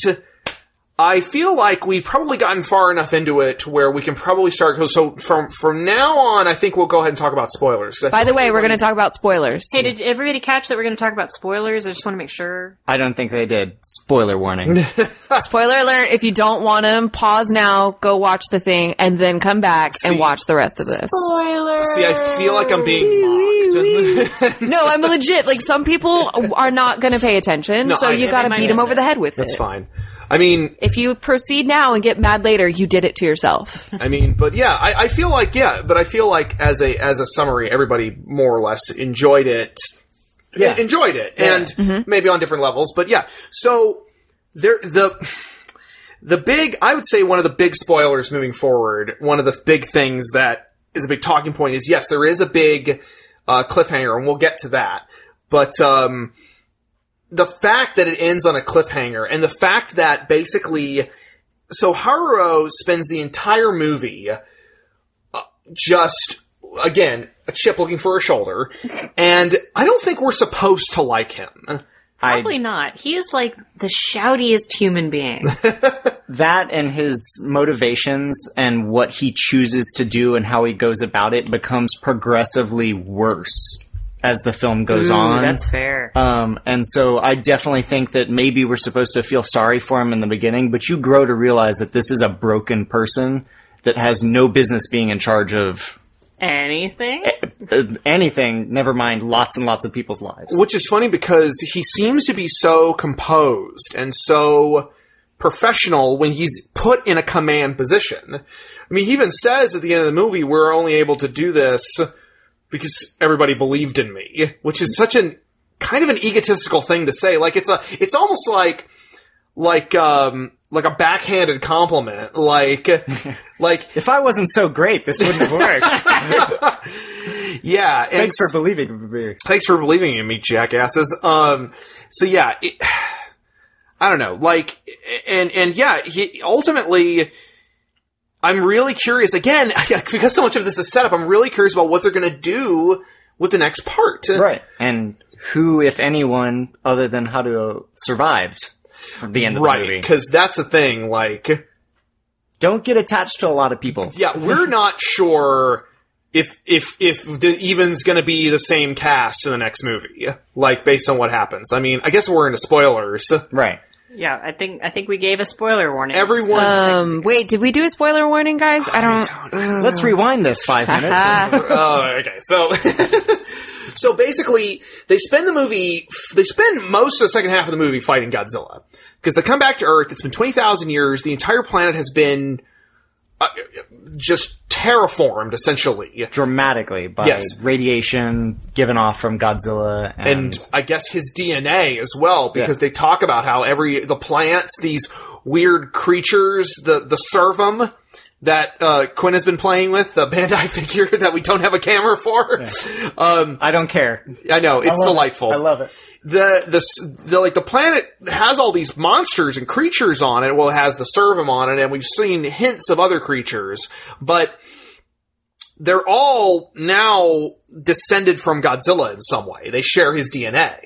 Speaker 4: I feel like we've probably gotten far enough into it to where we can probably start. So from from now on, I think we'll go ahead and talk about spoilers. 'Cause I
Speaker 3: By
Speaker 4: think
Speaker 3: the way, we're going to talk about spoilers.
Speaker 6: Hey, did everybody catch that we're going to talk about spoilers? I just want to make sure.
Speaker 5: I don't think they did. Spoiler warning.
Speaker 3: Spoiler alert, if you don't want them, pause now, go watch the thing, and then come back and
Speaker 4: See-
Speaker 3: watch the rest of this.
Speaker 4: see, I feel like I'm being mocked.
Speaker 3: No, I'm legit. Like, some people are not going to pay attention,
Speaker 4: No,
Speaker 3: so
Speaker 4: I-
Speaker 3: you got to
Speaker 6: might
Speaker 3: beat them
Speaker 6: miss
Speaker 3: over
Speaker 6: it.
Speaker 3: the head with
Speaker 4: That's
Speaker 3: it.
Speaker 4: fine. I mean,
Speaker 3: If you proceed now and get mad later, you did it to yourself.
Speaker 4: I mean, but yeah, I, I feel like yeah, but I feel like as a as a summary, everybody more or less enjoyed it. Yeah. Mm-hmm. enjoyed it, and maybe on different levels, but yeah. So there the the big I would say one of the big spoilers moving forward. One of the big things that is a big talking point is yes, there is a big uh, cliffhanger, and we'll get to that. But um, the fact that it ends on a cliffhanger, and the fact that basically so Haruo spends the entire movie uh, just again a chip looking for a shoulder, and I don't think we're supposed to like him.
Speaker 6: Probably not. He is like the shoutiest human being.
Speaker 5: that and his motivations and what he chooses to do and how he goes about it becomes progressively worse as the film goes on.
Speaker 6: That's fair.
Speaker 5: Um, and so I definitely think that maybe we're supposed to feel sorry for him in the beginning, but you grow to realize that this is a broken person that has no business being in charge of
Speaker 6: Anything?
Speaker 5: uh, anything, never mind lots and lots of people's lives.
Speaker 4: Which is funny because he seems to be so composed and so professional when he's put in a command position. I mean, he even says at the end of the movie, "We're only able to do this because everybody believed in me," which is such an kind of an egotistical thing to say. Like it's a, it's almost like, like, um, like a backhanded compliment. Like, like,
Speaker 5: if I wasn't so great, this wouldn't have worked.
Speaker 4: yeah. and
Speaker 5: Thanks for believing me.
Speaker 4: thanks for believing in me, jackasses. Um, so yeah, it, I don't know, like, and and yeah, he ultimately. I'm really curious again because so much of this is set up. I'm really curious about what they're going to do with the next part.
Speaker 5: Right. And who, if anyone, other than Haruo, survived from the end of the
Speaker 4: right,
Speaker 5: movie?
Speaker 4: because that's a thing. Like,
Speaker 5: Don't get attached to a lot of people.
Speaker 4: yeah, we're not sure if if if the even's going to be the same cast in the next movie. Like, based on what happens. I mean, I guess we're into spoilers.
Speaker 5: Right.
Speaker 6: Yeah, I think I think we gave a spoiler warning.
Speaker 4: Everyone,
Speaker 3: Um, wait, did we do a spoiler warning, guys? I don't.
Speaker 4: Uh.
Speaker 5: Let's rewind this five minutes.
Speaker 3: Ah,
Speaker 4: Oh, okay. So, so basically, they spend the movie. They spend most of the second half of the movie fighting Godzilla because they come back to Earth. It's been twenty thousand years. The entire planet has been uh, just terraformed, essentially.
Speaker 5: Dramatically by
Speaker 4: Yes.
Speaker 5: radiation given off from Godzilla and,
Speaker 4: and I guess his DNA as well, because they talk about how every the plants, these weird creatures, the the servum that uh, Quinn has been playing with, the Bandai figure that we don't have a camera for. Um,
Speaker 5: I don't care.
Speaker 4: I know it's delightful.
Speaker 5: I love it.
Speaker 4: the the s- the like the planet has all these monsters and creatures on it. Well, it has the servum on it, and we've seen hints of other creatures, but they're all now descended from Godzilla in some way. They share his DNA,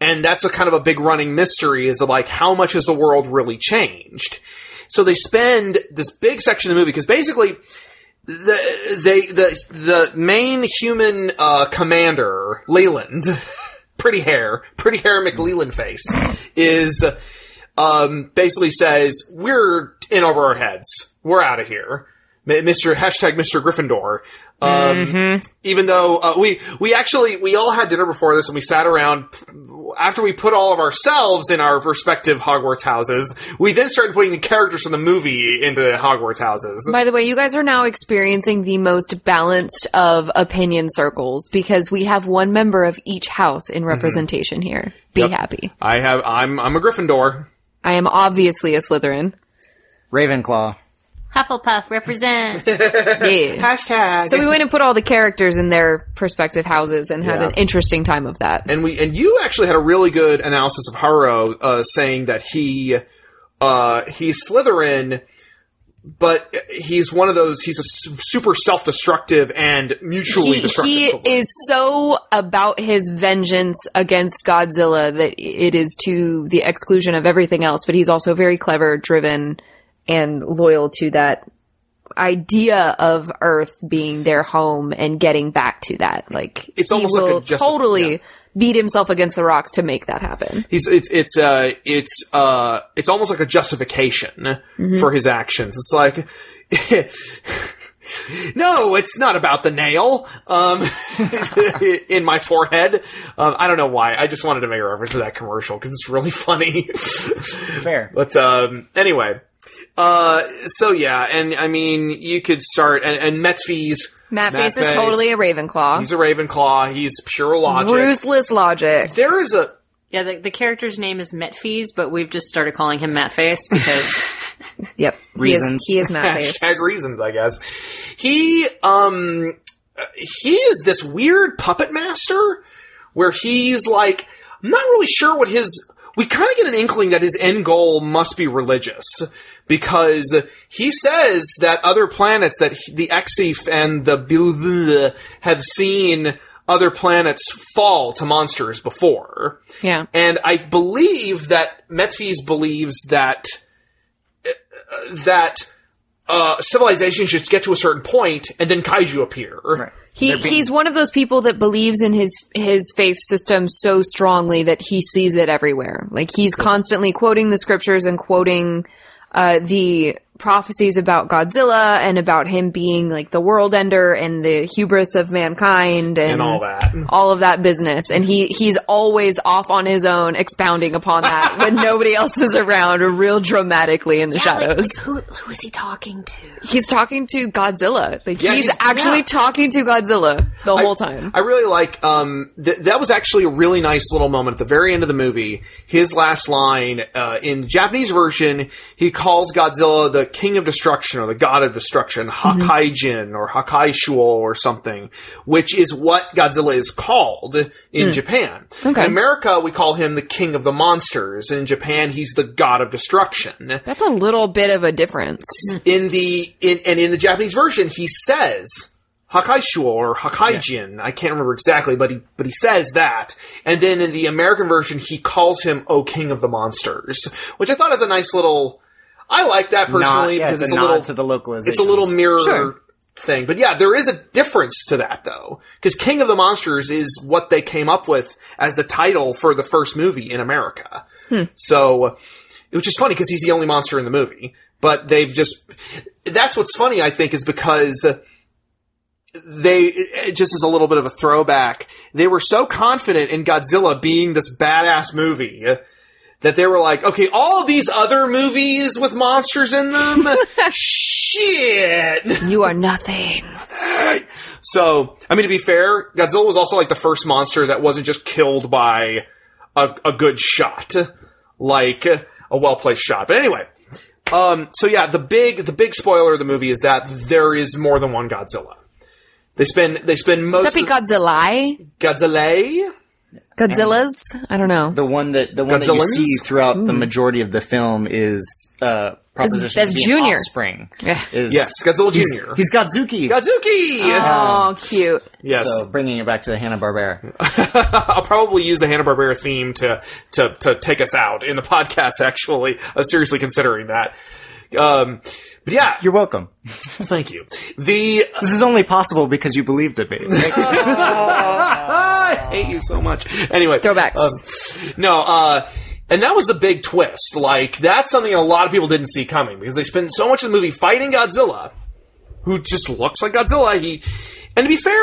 Speaker 4: and that's a kind of a big running mystery: is like how much has the world really changed? So they spend this big section of the movie because basically the they the the main human uh, commander Leland, pretty hair, pretty hair McLeland face, is um, basically says we're in over our heads, we're out of here, M- Mister hashtag Mister Gryffindor. Um, Even though uh, we we actually we all had dinner before this and we sat around after we put all of ourselves in our respective Hogwarts houses, we then started putting the characters from the movie into Hogwarts houses.
Speaker 3: By the way, you guys are now experiencing the most balanced of opinion circles because we have one member of each house in
Speaker 4: Mm-hmm.
Speaker 3: representation here. Be happy.
Speaker 4: I have. I'm. I'm a Gryffindor.
Speaker 3: I am obviously a Slytherin.
Speaker 5: Ravenclaw.
Speaker 6: Hufflepuff represent.
Speaker 3: Yeah.
Speaker 4: Hashtag.
Speaker 3: So we went and put all the characters in their prospective houses and had
Speaker 5: Yeah.
Speaker 3: an interesting time of that.
Speaker 4: and we and you actually had a really good analysis of Haro, uh, saying that he, uh, he's Slytherin but he's one of those. He's a su- super self-destructive and mutually
Speaker 3: He,
Speaker 4: destructive.
Speaker 3: he
Speaker 4: Silverman.
Speaker 3: is so about his vengeance against Godzilla that it is to the exclusion of everything else, but he's also very clever, driven, and loyal to that idea of Earth being their home and getting back to that. Like
Speaker 4: It's
Speaker 3: he
Speaker 4: almost like
Speaker 3: will
Speaker 4: a justice-
Speaker 3: totally
Speaker 4: yeah.
Speaker 3: beat himself against the rocks to make that happen.
Speaker 4: He's it's it's uh it's uh it's almost like a justification for his actions. It's like No, it's not about the nail um, in my forehead. Um, I don't know why. I just wanted to make a reference to that commercial because it's really funny.
Speaker 5: Fair.
Speaker 4: But um, anyway, uh, so yeah, and I mean, you could start and, and Metfees.
Speaker 3: Matt, Face is totally a Ravenclaw.
Speaker 4: He's a Ravenclaw. He's pure logic.
Speaker 3: Ruthless logic.
Speaker 4: There is a
Speaker 6: Yeah, the, the character's name is Metfees, but we've just started calling him Matface because
Speaker 3: Yep.
Speaker 5: Reasons.
Speaker 3: He is, he is Matt Face.
Speaker 4: hashtag reasons, I guess. He um uh, he is this weird puppet master where he's like I'm not really sure what his we kind of get an inkling that his end goal must be religious because he says that other planets that he- the Exif and the Bilvul have seen other planets fall to monsters before.
Speaker 3: Yeah.
Speaker 4: And I believe that Metfees believes that uh, that uh, civilization should get to a certain point and then kaiju appear.
Speaker 5: Right.
Speaker 3: He he's one of those people that believes in his his faith system so strongly that he sees it everywhere. Like he's constantly quoting the scriptures and quoting uh, the prophecies about Godzilla and about him being like the world ender and the hubris of mankind and,
Speaker 4: And all that.
Speaker 3: all of that business. And he he's always off on his own expounding upon that when nobody else is around, real dramatically in the shadows.
Speaker 6: who, who is he talking to?
Speaker 3: He's talking to Godzilla. Like
Speaker 4: Yeah,
Speaker 3: he's,
Speaker 4: he's-
Speaker 3: actually
Speaker 4: yeah.
Speaker 3: talking to Godzilla the whole time.
Speaker 4: I really like um, th- that was actually a really nice little moment at the very end of the movie. His last line uh, in the Japanese version, he calls Godzilla the King of Destruction or the God of Destruction,
Speaker 3: Mm-hmm.
Speaker 4: Hakaijin or Hakaishuo or something, which is what Godzilla is called in Japan.
Speaker 3: Hmm. Okay.
Speaker 4: In America, we call him the King of the Monsters, and in Japan, he's the God of Destruction
Speaker 3: That's a little bit of a difference.
Speaker 4: in the in and in the Japanese version, he says Hakaishuo or Hakaijin. I can't remember exactly, but he but he says that. And then in the American version, he calls him "O King of the Monsters," which I thought is a nice little. I like that
Speaker 5: Nod-
Speaker 4: personally
Speaker 5: yeah,
Speaker 4: because
Speaker 5: it's
Speaker 4: it's,
Speaker 5: a
Speaker 4: a,
Speaker 5: nod
Speaker 4: little
Speaker 5: to the localization.
Speaker 4: it's a little mirror
Speaker 3: Sure.
Speaker 4: thing. But yeah, there is a difference to that though, because King of the Monsters is what they came up with as the title for the first movie in America. So, which is funny because he's the only monster in the movie. But they've just that's what's funny, I think, is because they it just as a little bit of a throwback. They were so confident in Godzilla being this badass movie that they were like, okay, all these other movies with monsters in them, shit.
Speaker 3: You are nothing.
Speaker 4: So, I mean, to be fair, Godzilla was also like the first monster that wasn't just killed by a, a good shot, like a well placed shot. But anyway, um, so yeah, the big the big spoiler of the movie is that there is more than one Godzilla. They spend they spend most
Speaker 3: That'd
Speaker 4: of
Speaker 3: be Godzilla.
Speaker 4: Godzilla.
Speaker 3: Godzilla's? I don't know.
Speaker 5: the one that the one that you
Speaker 4: Godzillans?
Speaker 5: see throughout the
Speaker 4: Hmm.
Speaker 5: majority of the film is uh, Proposition
Speaker 3: that's
Speaker 5: Z
Speaker 3: Junior.
Speaker 5: Offspring.
Speaker 3: Yeah.
Speaker 5: Is,
Speaker 4: Yes, Godzilla
Speaker 5: he's-
Speaker 4: Junior.
Speaker 5: He's Godzuki.
Speaker 4: Godzuki.
Speaker 3: oh, cute.
Speaker 4: yes,
Speaker 5: So bringing it back to the Hanna Barbera.
Speaker 4: I'll probably use the Hanna Barbera theme to to to take us out in the podcast. Actually, I was seriously considering that. Um, but yeah,
Speaker 5: You're welcome.
Speaker 4: thank you. The
Speaker 5: This is only possible because you believed in me.
Speaker 4: I hate you so much. Anyway,
Speaker 3: Throwbacks.
Speaker 4: Um, no, uh, and that was the big twist. Like that's something a lot of people didn't see coming because they spend so much of the movie fighting Godzilla, who just looks like Godzilla. He, and to be fair,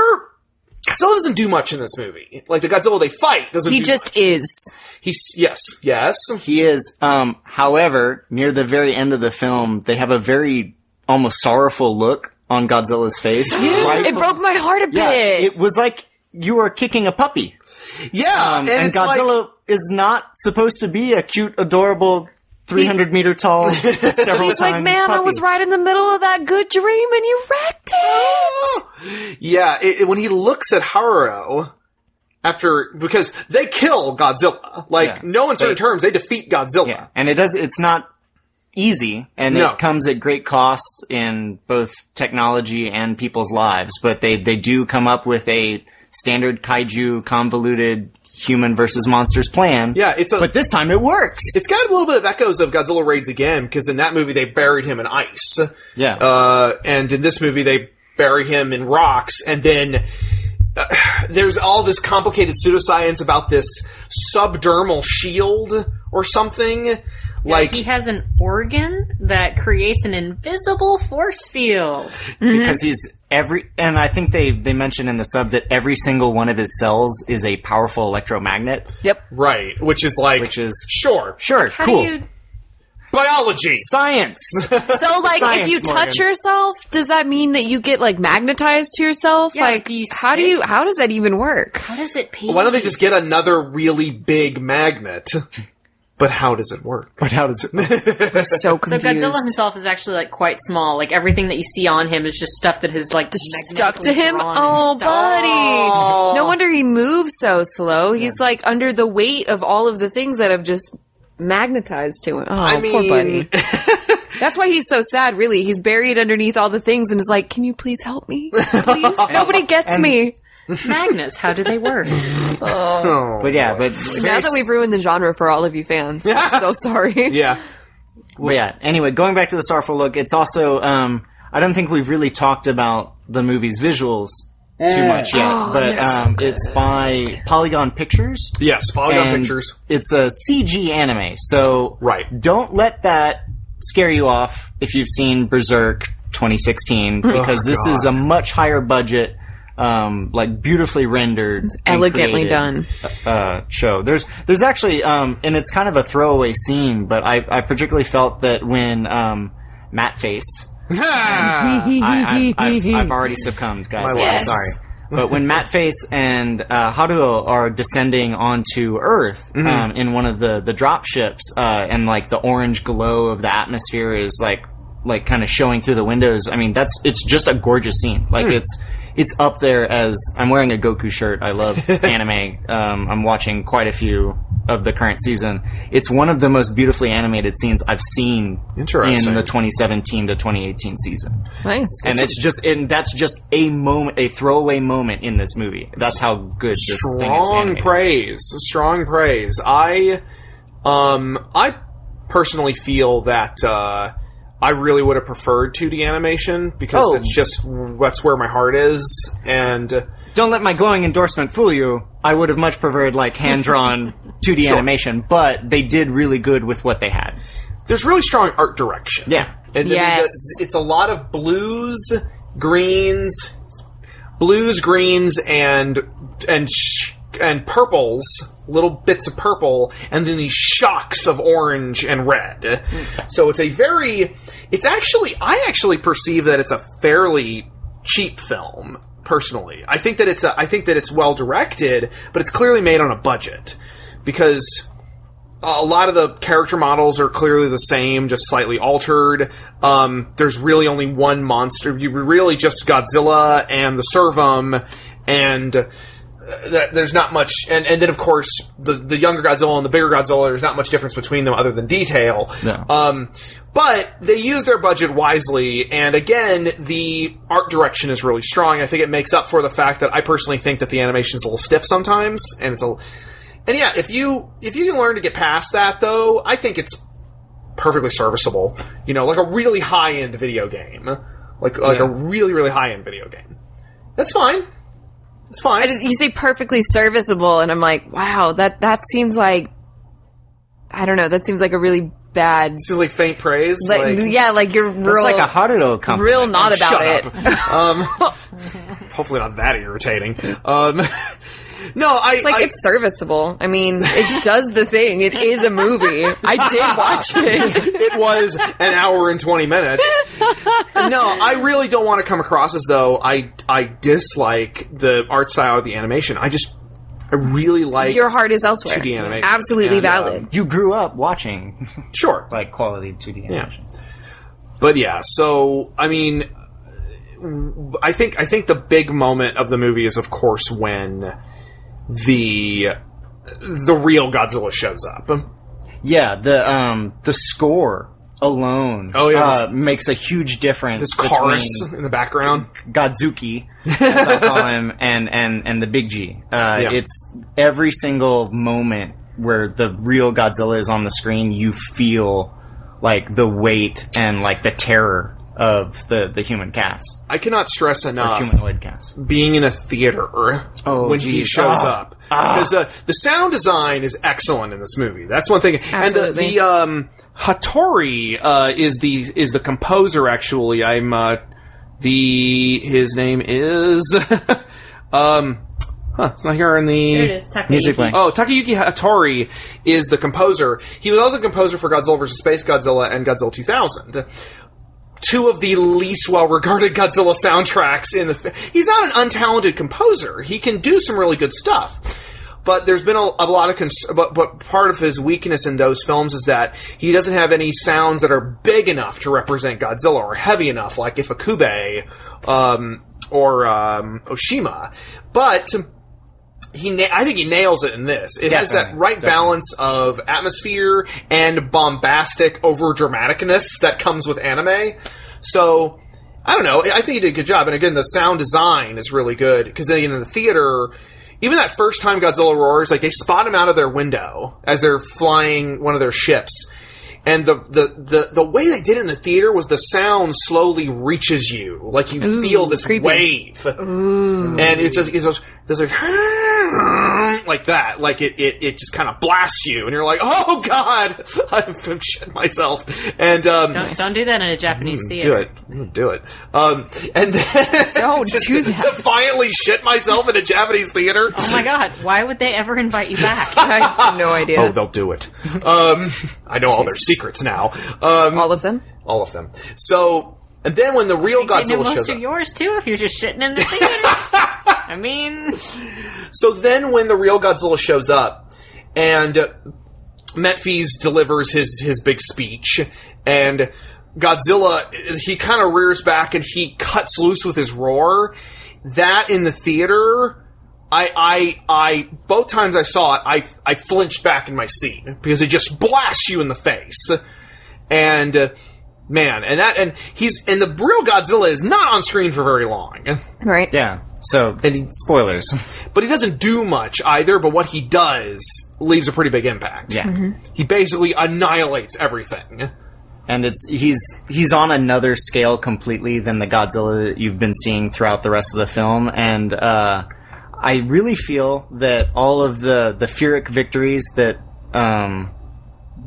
Speaker 4: Godzilla doesn't do much in this movie. Like the Godzilla they fight doesn't.
Speaker 3: He
Speaker 4: do
Speaker 3: just is.
Speaker 4: he's yes yes.
Speaker 5: He is. Um, however, near the very end of the film, they have a very almost sorrowful look on Godzilla's face. Right
Speaker 3: It broke my heart a
Speaker 5: Yeah,
Speaker 3: bit.
Speaker 5: it was like you were kicking a puppy.
Speaker 4: Yeah,
Speaker 5: Um, and
Speaker 4: it's like-
Speaker 5: Godzilla is not supposed to be a cute, adorable, 300 meter tall, several
Speaker 3: He's like,
Speaker 5: times
Speaker 3: man, I
Speaker 5: puppy."
Speaker 3: was right in the middle of that good dream and you wrecked it.
Speaker 4: Yeah, it, it- when he looks at Haruo after because they kill Godzilla, like
Speaker 5: Yeah.
Speaker 4: no uncertain terms, they defeat Godzilla.
Speaker 5: Yeah, and it does. It's not. easy, and
Speaker 4: No.
Speaker 5: it comes at great cost in both technology and people's lives. But they they do come up with a standard kaiju convoluted human versus monsters plan.
Speaker 4: Yeah, it's a-
Speaker 5: but this time it works.
Speaker 4: It's got a little bit of echoes of Godzilla Raids again, because in that movie they buried him in ice.
Speaker 5: Yeah.
Speaker 4: Uh, and in this movie they bury him in rocks, and then uh, there's all this complicated pseudoscience about this subdermal shield or something. Like,
Speaker 6: he has an organ that creates an invisible force field.
Speaker 4: Mm-hmm.
Speaker 5: because he's every and I think they they mentioned in the sub that every single one of his cells is a powerful electromagnet.
Speaker 3: Yep.
Speaker 4: right, which is like,
Speaker 5: Which is-
Speaker 4: sure,
Speaker 5: Sure,
Speaker 6: How
Speaker 5: cool.
Speaker 6: do you?
Speaker 4: biology.
Speaker 5: Science.
Speaker 3: So, like, if
Speaker 5: Science,
Speaker 3: you touch
Speaker 5: Morgan.
Speaker 3: yourself, does that mean that you get like magnetized to yourself?
Speaker 6: Yeah,
Speaker 3: like,
Speaker 6: do you
Speaker 3: how do
Speaker 6: stick?
Speaker 3: you? How does that even work?
Speaker 6: What is it? Pete?
Speaker 4: Why don't they just get another really big magnet? But how does it work?
Speaker 5: but how does it?
Speaker 3: So
Speaker 6: So
Speaker 3: confused.
Speaker 6: Godzilla himself is actually like quite small. Like everything that you see on him is just stuff that has like
Speaker 3: stuck to
Speaker 6: magnetically
Speaker 3: him.
Speaker 6: drawn and
Speaker 3: Oh,
Speaker 6: stuck.
Speaker 3: buddy! No wonder he moves so slow. He's like under the weight of all of the things that have just magnetized to him. Oh,
Speaker 4: I
Speaker 3: poor
Speaker 4: mean-
Speaker 3: buddy. That's why he's so sad. Really, he's buried underneath all the things, and is like, "Can you please help me? Please, nobody gets me."
Speaker 6: Magnets. How do they work?
Speaker 5: but yeah, but
Speaker 3: Now that we've ruined the genre for all of you fans, I'm so sorry.
Speaker 4: Yeah.
Speaker 5: Well, yeah. Anyway, going back to the sorrowful look, it's also um, I don't think we've really talked about the movie's visuals too much
Speaker 3: Eh.
Speaker 5: yet,
Speaker 3: Oh,
Speaker 5: but um, it's by Polygon Pictures.
Speaker 4: Yes, Polygon
Speaker 5: and
Speaker 4: Pictures.
Speaker 5: It's a CG anime, so
Speaker 4: Right.
Speaker 5: Don't let that scare you off if you've seen Berserk 2016, because this is a much higher budget. Um, like beautifully rendered, and
Speaker 3: Elegantly
Speaker 5: created
Speaker 3: done.
Speaker 5: uh, show. There's there's actually um, and it's kind of a throwaway scene, but I, I particularly felt that when um, Matt Face, I, I, I've, I've already succumbed, guys.
Speaker 4: My
Speaker 5: I'm
Speaker 4: wife.
Speaker 5: sorry. But when Matt Face and uh, Haruo are descending onto Earth
Speaker 4: Mm-hmm.
Speaker 5: um, in one of the the drop ships, uh, and like the orange glow of the atmosphere is like like kind of showing through the windows. I mean, that's it's just a gorgeous scene.
Speaker 4: Hmm.
Speaker 5: Like it's it's up there as I'm wearing a Goku shirt. I love anime. Um, I'm watching quite a few of the current season. It's one of the most beautifully animated scenes I've seen
Speaker 4: Interesting.
Speaker 5: in the 2017 to 2018 season
Speaker 3: Nice.
Speaker 5: and it's just and that's just a moment a throwaway moment in this movie that's how good this thing is
Speaker 4: strong
Speaker 5: animated.
Speaker 4: praise strong praise i um i personally feel that uh i really would have preferred 2d animation because
Speaker 5: Oh.
Speaker 4: it's just that's where my heart is and
Speaker 5: don't let my glowing endorsement fool you i would have much preferred like hand-drawn 2d animation but they did really good with what they had
Speaker 4: there's really strong art direction
Speaker 5: yeah
Speaker 4: and I mean,
Speaker 3: Yes.
Speaker 4: the- it's a lot of blues greens blues greens and and sh- and purples little bits of purple and then these shocks of orange and red so it's a very it's actually i actually perceive that it's a fairly cheap film personally i think that it's a, i think that it's well directed but it's clearly made on a budget because a lot of the character models are clearly the same, just slightly altered. Um, there's really only one monster. You really just Godzilla and the Servum, and uh, th- there's not much. And, and then of course the the younger Godzilla and the bigger Godzilla. There's not much difference between them other than detail.
Speaker 5: No.
Speaker 4: Um, but they use their budget wisely, and again, the art direction is really strong. I think it makes up for the fact that I personally think that the animation's a little stiff sometimes, and it's a and yeah, if you if you can learn to get past that though, I think it's perfectly serviceable. You know, like a really high end video game, like like a really really high end video game. That's fine. That's fine.
Speaker 3: I just you say perfectly serviceable, and I'm like, wow, that that seems like I don't know. That seems like a really bad.
Speaker 4: this is like faint praise.
Speaker 3: Like,
Speaker 4: Like,
Speaker 3: yeah, like you're
Speaker 5: it's
Speaker 3: real,
Speaker 5: like a haruto compliment.
Speaker 3: real not about
Speaker 4: shut
Speaker 3: it.
Speaker 4: up. um, hopefully not that irritating. Um, no, I
Speaker 3: Like
Speaker 4: I-
Speaker 3: it's serviceable. I mean, it does the thing. It is a movie. I did watch it.
Speaker 4: it was an hour and 20 minutes. No, I really don't want to come across as though I I dislike the art style of the animation. I just I really like
Speaker 3: Your heart is elsewhere.
Speaker 4: 2D animation.
Speaker 3: Absolutely
Speaker 4: And,
Speaker 3: valid.
Speaker 4: um,
Speaker 5: you grew up watching
Speaker 4: sure.
Speaker 5: like quality 2d animation
Speaker 4: But yeah, so I mean I think I think the big moment of the movie is of course when the the real Godzilla shows up.
Speaker 5: yeah, the um the score alone
Speaker 4: Oh, yeah,
Speaker 5: uh,
Speaker 4: this-
Speaker 5: makes a huge difference.
Speaker 4: This
Speaker 5: between
Speaker 4: chorus in the background.
Speaker 5: Godzuki, as I call him, and and and the Big G. Uh,
Speaker 4: Yeah.
Speaker 5: It's every single moment where the real Godzilla is on the screen. You feel like the weight and like the terror of the the human cast,
Speaker 4: I cannot stress
Speaker 5: or
Speaker 4: enough
Speaker 5: humanoid cast.
Speaker 4: being in a theater
Speaker 5: Oh,
Speaker 4: when he
Speaker 5: geez.
Speaker 4: shows
Speaker 5: Ah.
Speaker 4: up because uh, the sound design is excellent in this movie. That's one thing. And the,
Speaker 3: Absolutely.
Speaker 4: the um, Hattori uh, is the is the composer. Actually, I'm uh, the his name is um, huh, it's not here in the
Speaker 6: There it is. Taka
Speaker 5: Music
Speaker 6: Iki.
Speaker 5: Bank.
Speaker 4: Oh, Takayuki Hattori is the composer. He was also the composer for Godzilla vs. Space Godzilla and Godzilla 2000. Two of the least well-regarded Godzilla soundtracks in the. Fi- He's not an untalented composer. He can do some really good stuff, but there's been a, a lot of. Cons- but, but part of his weakness in those films is that he doesn't have any sounds that are big enough to represent Godzilla or heavy enough, like if a Kube, um, or um, Oshima. But he na- I think he nails it in this. It has that
Speaker 5: Definitely,
Speaker 4: right
Speaker 5: definitely.
Speaker 4: balance of atmosphere and bombastic over dramaticness that comes with anime. So I don't know. I think he did a good job. And again, the sound design is really good because again, in the theater, even that first time Godzilla roars, like they spot him out of their window as they're flying one of their ships. And the, the, the, the way they did it in the theater was the sound slowly reaches you. Like you feel this
Speaker 3: creepy.
Speaker 4: wave and it's just it's just there's like like that like it it, it just kind of blasts you and you're like oh god I've shit myself and um
Speaker 6: Don't, don't do that in a Japanese
Speaker 4: do
Speaker 6: theater.
Speaker 4: it Mm, do it um and then
Speaker 3: Don't
Speaker 4: just
Speaker 3: do that.
Speaker 4: defiantly shit myself in a Japanese theater
Speaker 6: Oh my god! Why would they ever invite you back?
Speaker 3: I have no idea.
Speaker 4: oh they'll do it um I know all their secrets now um
Speaker 3: All of them.
Speaker 4: all of them so and then when the real
Speaker 6: They know
Speaker 4: Godzilla
Speaker 6: most
Speaker 4: shows
Speaker 6: of
Speaker 4: up
Speaker 6: yours too. If you're just shitting in the theater. I mean,
Speaker 4: So then, when the real Godzilla shows up, and uh, Metfees delivers his his big speech, and Godzilla he kind of rears back and he cuts loose with his roar. That in the theater, I I I both times I saw it, I I flinched back in my seat because it just blasts you in the face, and. Uh, Man, and that, and he's, and the real Godzilla is not on screen for very long
Speaker 3: Right.
Speaker 5: Yeah. So
Speaker 4: And he-
Speaker 5: spoilers.
Speaker 4: but he doesn't do much either. But what he does leaves a pretty big impact.
Speaker 5: Yeah.
Speaker 4: he basically annihilates everything.
Speaker 5: and it's he's he's on another scale completely than the Godzilla that you've been seeing throughout the rest of the film, and uh, I really feel that all of the the Furic victories that um,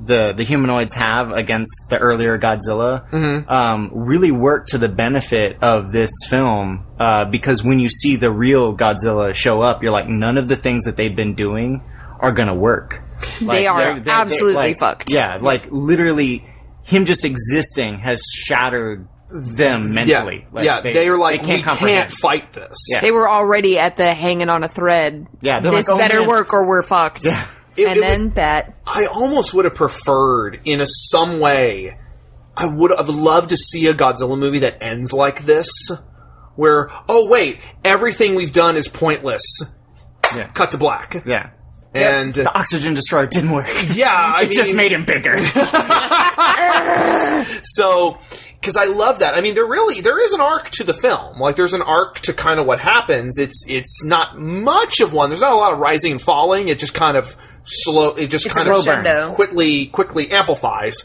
Speaker 5: the the humanoids have against the earlier Godzilla
Speaker 4: Mm-hmm.
Speaker 5: um, really work to the benefit of this film uh, because when you see the real Godzilla show up, you're like, none of the things that they've been doing are gonna work. Like,
Speaker 3: They are
Speaker 5: they're- they're-
Speaker 3: absolutely
Speaker 5: like-
Speaker 3: fucked.
Speaker 5: Yeah, like literally, him just existing has shattered them mentally.
Speaker 4: yeah, yeah. They, are like, we can't fight this.
Speaker 5: Yeah.
Speaker 3: They were already at the hanging on a thread.
Speaker 5: Yeah, they're
Speaker 3: This
Speaker 5: like, "Oh,
Speaker 3: better
Speaker 5: man."
Speaker 3: work or we're fucked.
Speaker 5: Yeah.
Speaker 4: It-
Speaker 3: and
Speaker 4: it
Speaker 3: then that.
Speaker 4: I almost would have preferred, in a, some way, I would have loved to see a Godzilla movie that ends like this, where oh wait, everything we've done is pointless.
Speaker 5: Yeah.
Speaker 4: Cut to black.
Speaker 5: Yeah,
Speaker 4: And
Speaker 5: the oxygen destroyer didn't work. it
Speaker 4: yeah, I
Speaker 5: just
Speaker 4: mean-
Speaker 5: made him bigger.
Speaker 4: So, because I love that. I mean, there really there is an arc to the film. Like, there's an arc to kind of what happens. It's it's not much of one. There's not a lot of rising and falling. It just kind of slow. It just kind
Speaker 3: slow burn.
Speaker 4: of quickly quickly amplifies.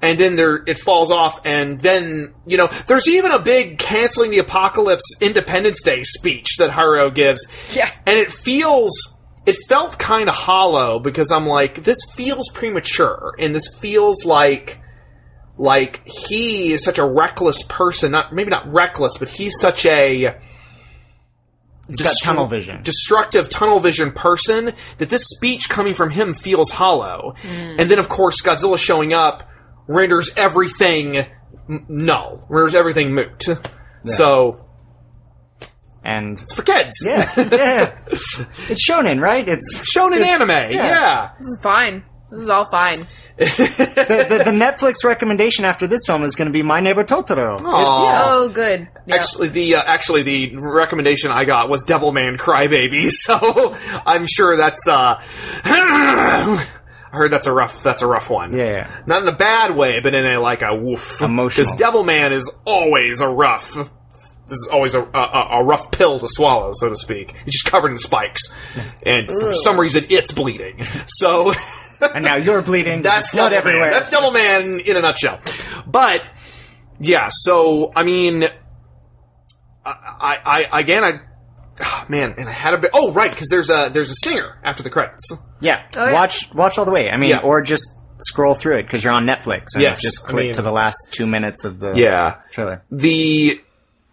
Speaker 4: And then there it falls off, and then you know there's even a big canceling the apocalypse Independence Day speech that Haro gives.
Speaker 3: Yeah.
Speaker 4: and it feels it felt kind of hollow because I'm like this feels premature, and this feels like like he is such a reckless person not maybe not reckless but he's such a
Speaker 5: He's got tunnel vision.
Speaker 4: destructive tunnel vision person that this speech coming from him feels hollow and then of course godzilla showing up renders everything n- null renders everything moot so
Speaker 5: and
Speaker 4: it's for kids
Speaker 5: yeah, yeah, it's shonen, right? It's
Speaker 4: shown in anime yeah.
Speaker 3: This is fine. This is all fine.
Speaker 5: the, the, the Netflix recommendation after this film is going to be My Neighbor Totoro.
Speaker 4: Aw.
Speaker 3: Oh, good. Yeah.
Speaker 4: Actually, the uh, actually the recommendation I got was Devilman Crybaby, so I'm sure that's uh, I heard that's a rough that's a rough one.
Speaker 5: Yeah, yeah.
Speaker 4: Not in a bad way, but in a like a woof
Speaker 5: Emotional.
Speaker 4: Because Devilman is always a rough. This is always a, a, a rough pill to swallow, so to speak. It's just covered in spikes, and for some reason, it's bleeding. So
Speaker 5: And now you're bleeding.
Speaker 4: that's
Speaker 5: There's blood
Speaker 4: Devilman.
Speaker 5: everywhere.
Speaker 4: That's Devilman in a nutshell. But yeah, so I mean, I, I, I again, I ah, man, and I had a bit. Oh, right, because there's a there's a stinger after the credits.
Speaker 5: yeah.
Speaker 3: yeah.
Speaker 5: Watch watch all the way. I mean,
Speaker 4: Oh, Yeah.
Speaker 5: or just scroll through it because you're on Netflix and
Speaker 4: Yes,
Speaker 5: just
Speaker 4: I
Speaker 5: click
Speaker 4: mean-
Speaker 5: to the last two minutes of the
Speaker 4: Yeah,
Speaker 5: trailer.
Speaker 4: the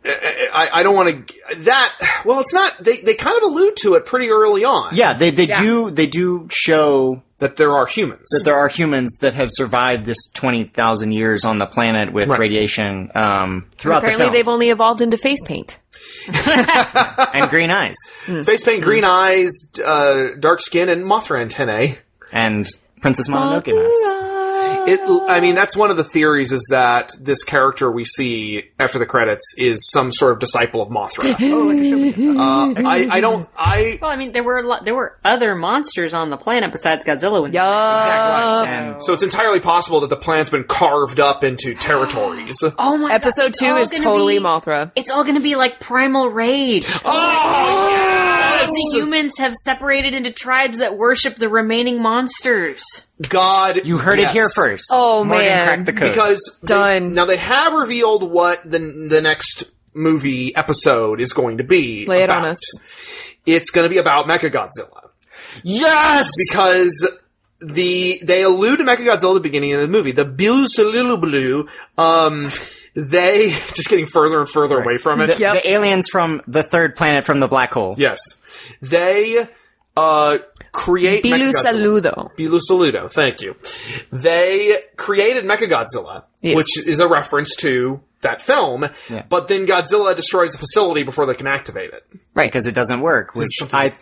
Speaker 4: eh, I, I don't want to that. Well, it's not. They they kind of allude to it pretty early on.
Speaker 5: Yeah, they they do they do show
Speaker 4: that there are humans.
Speaker 5: that there are humans that have survived this twenty thousand years on the planet with
Speaker 4: Right.
Speaker 5: radiation um, throughout
Speaker 3: Apparently,
Speaker 5: the
Speaker 3: they've
Speaker 5: film
Speaker 3: only evolved into face paint.
Speaker 5: and green eyes
Speaker 4: Face paint, green
Speaker 5: Hmm.
Speaker 4: eyes, uh, dark skin, and Mothra antennae.
Speaker 5: and Princess Mononoke masks.
Speaker 4: It. I mean, that's one of the theories is that this character we see after the credits is some sort of disciple of Mothra.
Speaker 5: Oh, like a Shibuya.
Speaker 4: Uh, I, I don't. I.
Speaker 6: Well, I mean, there were a lot, there were other monsters on the planet besides Godzilla. When
Speaker 3: Yeah.
Speaker 5: And
Speaker 4: So it's entirely possible that the plan's been carved up into territories.
Speaker 6: oh my
Speaker 3: Episode two is totally Mothra.
Speaker 6: It's all going to be like primal rage.
Speaker 4: Oh, yes!
Speaker 6: The humans have separated into tribes that worship the remaining monsters.
Speaker 4: God,
Speaker 5: you heard
Speaker 4: yes.
Speaker 5: it here first.
Speaker 3: Oh,
Speaker 5: Morgan
Speaker 3: man.
Speaker 5: cracked the code.
Speaker 4: because they-
Speaker 3: Done.
Speaker 4: now they have revealed what the the next movie episode is going to be.
Speaker 3: Lay it on
Speaker 4: about.
Speaker 3: us.
Speaker 4: It's going to be about Mechagodzilla
Speaker 5: yes,
Speaker 4: because the they allude to Mechagodzilla at the beginning of the movie. The Blue um they just getting further and further away from it.
Speaker 5: the, the aliens from the third planet from the black hole.
Speaker 4: Yes. They uh create
Speaker 3: Bilu
Speaker 4: Mechagodzilla.
Speaker 3: Saludo.
Speaker 4: Bilu Saludo, thank you. They created Mechagodzilla,
Speaker 3: Yes.
Speaker 4: which is a reference to that film,
Speaker 5: Yeah.
Speaker 4: but then Godzilla destroys the facility before they can activate it.
Speaker 3: Right.
Speaker 5: because it doesn't work, which
Speaker 4: something-
Speaker 5: I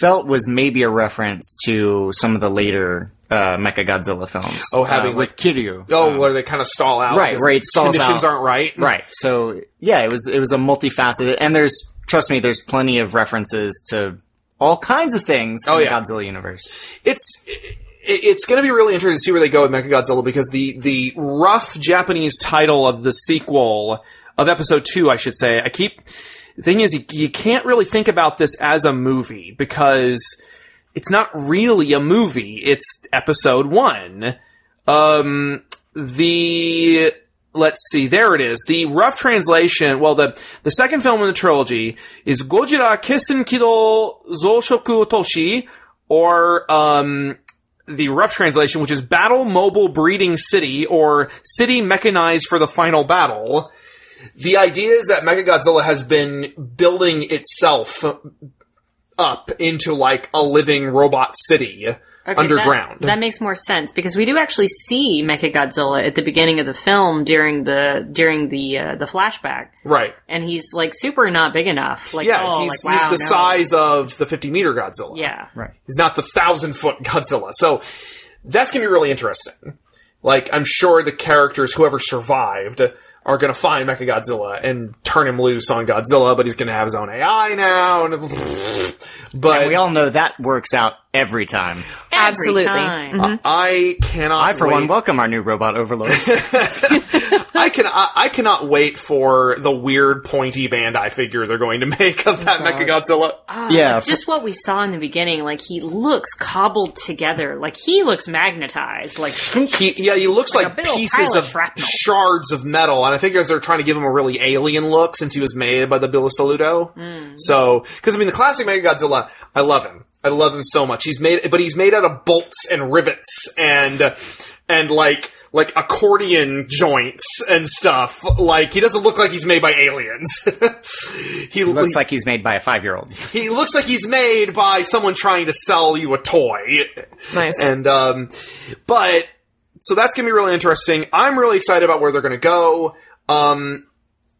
Speaker 5: felt was maybe a reference to some of the later uh, Mechagodzilla films.
Speaker 4: Oh, having,
Speaker 5: uh, with
Speaker 4: like-
Speaker 5: Kiryu.
Speaker 4: Oh, where they kind of stall out.
Speaker 5: right,
Speaker 4: because
Speaker 5: where it stalls
Speaker 4: Conditions
Speaker 5: out.
Speaker 4: aren't right.
Speaker 5: Right. So yeah, it was it was a multifaceted, and there's trust me, there's plenty of references to all kinds of things
Speaker 4: Oh,
Speaker 5: in
Speaker 4: yeah.
Speaker 5: the Godzilla universe.
Speaker 4: It's it- it's going to be really interesting to see where they go with Mechagodzilla because the the rough Japanese title of the sequel of episode two, I should say, I keep. The thing is, you, you can't really think about this as a movie because it's not really a movie. It's episode one. Um, the let's see, there it is. The rough translation. Well, the the second film in the trilogy is Gojira Kisenkido Zoshoku Otoshi, or um, the rough translation, which is Battle Mobile Breeding City, or City Mechanized for the Final Battle. The idea is that Mechagodzilla has been building itself up into like a living robot city
Speaker 6: Okay,
Speaker 4: underground.
Speaker 6: That, that makes more sense because we do actually see Mechagodzilla at the beginning of the film during the during the uh, the flashback,
Speaker 4: right.
Speaker 6: and he's like super not big enough. Like,
Speaker 4: Yeah,
Speaker 6: oh,
Speaker 4: he's,
Speaker 6: like, wow,
Speaker 4: he's the
Speaker 6: no.
Speaker 4: size of the 50 meter Godzilla.
Speaker 6: Yeah,
Speaker 5: Right.
Speaker 4: He's not the thousand foot Godzilla. So that's going to be really interesting. Like, I'm sure the characters, whoever survived, are going to find Mechagodzilla and turn him loose on Godzilla, but he's going to have his own AI now. And but
Speaker 5: And we all know that works out every time.
Speaker 6: Every
Speaker 3: Absolutely.
Speaker 6: time.
Speaker 4: I cannot.
Speaker 5: I, for
Speaker 4: wait.
Speaker 5: one, welcome our new robot overlord.
Speaker 4: I can I, I cannot wait for the weird pointy Bandai figure they're going to make of that Mechagodzilla.
Speaker 5: yeah, for-
Speaker 6: just what we saw in the beginning like he looks cobbled together like he looks magnetized like
Speaker 4: He, yeah, he looks like,
Speaker 6: a big old
Speaker 4: pieces
Speaker 6: pile of
Speaker 4: of
Speaker 6: shrapnel.
Speaker 4: shards of metal, and I think as they're trying to give him a really alien look since he was made by the Bill of Saludo.
Speaker 6: Hmm.
Speaker 4: So, because I mean, the classic Mechagodzilla, I love him. I love him so much. He's made, but he's made out of bolts and rivets and and like like accordion joints and stuff. Like he doesn't look like he's made by aliens. he
Speaker 5: looks like he's made by a five-year-old.
Speaker 4: he looks like he's made by someone trying to sell you a toy.
Speaker 3: Nice.
Speaker 4: And um, but so that's gonna be really interesting. I'm really excited about where they're gonna go. Um,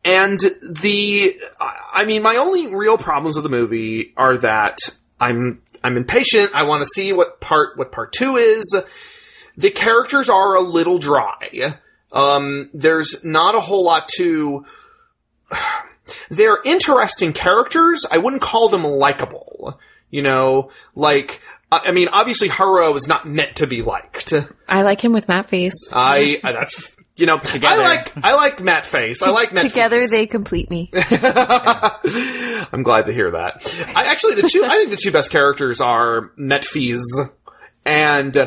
Speaker 4: and the I I mean, my only real problems with the movie are that I'm I'm impatient. I want to see what part what part two is. The characters are a little dry. Um, there's not a whole lot to. They're interesting characters. I wouldn't call them likable. You know, like I I mean, obviously, Haro is not meant to be liked.
Speaker 3: I like him with Matt Face.
Speaker 4: I I- that's you know I like I like Matt Face. I like Matt
Speaker 3: Together
Speaker 4: Face.
Speaker 3: they complete me.
Speaker 4: I'm glad to hear that. I actually the two I think the two best characters are Metfees and uh,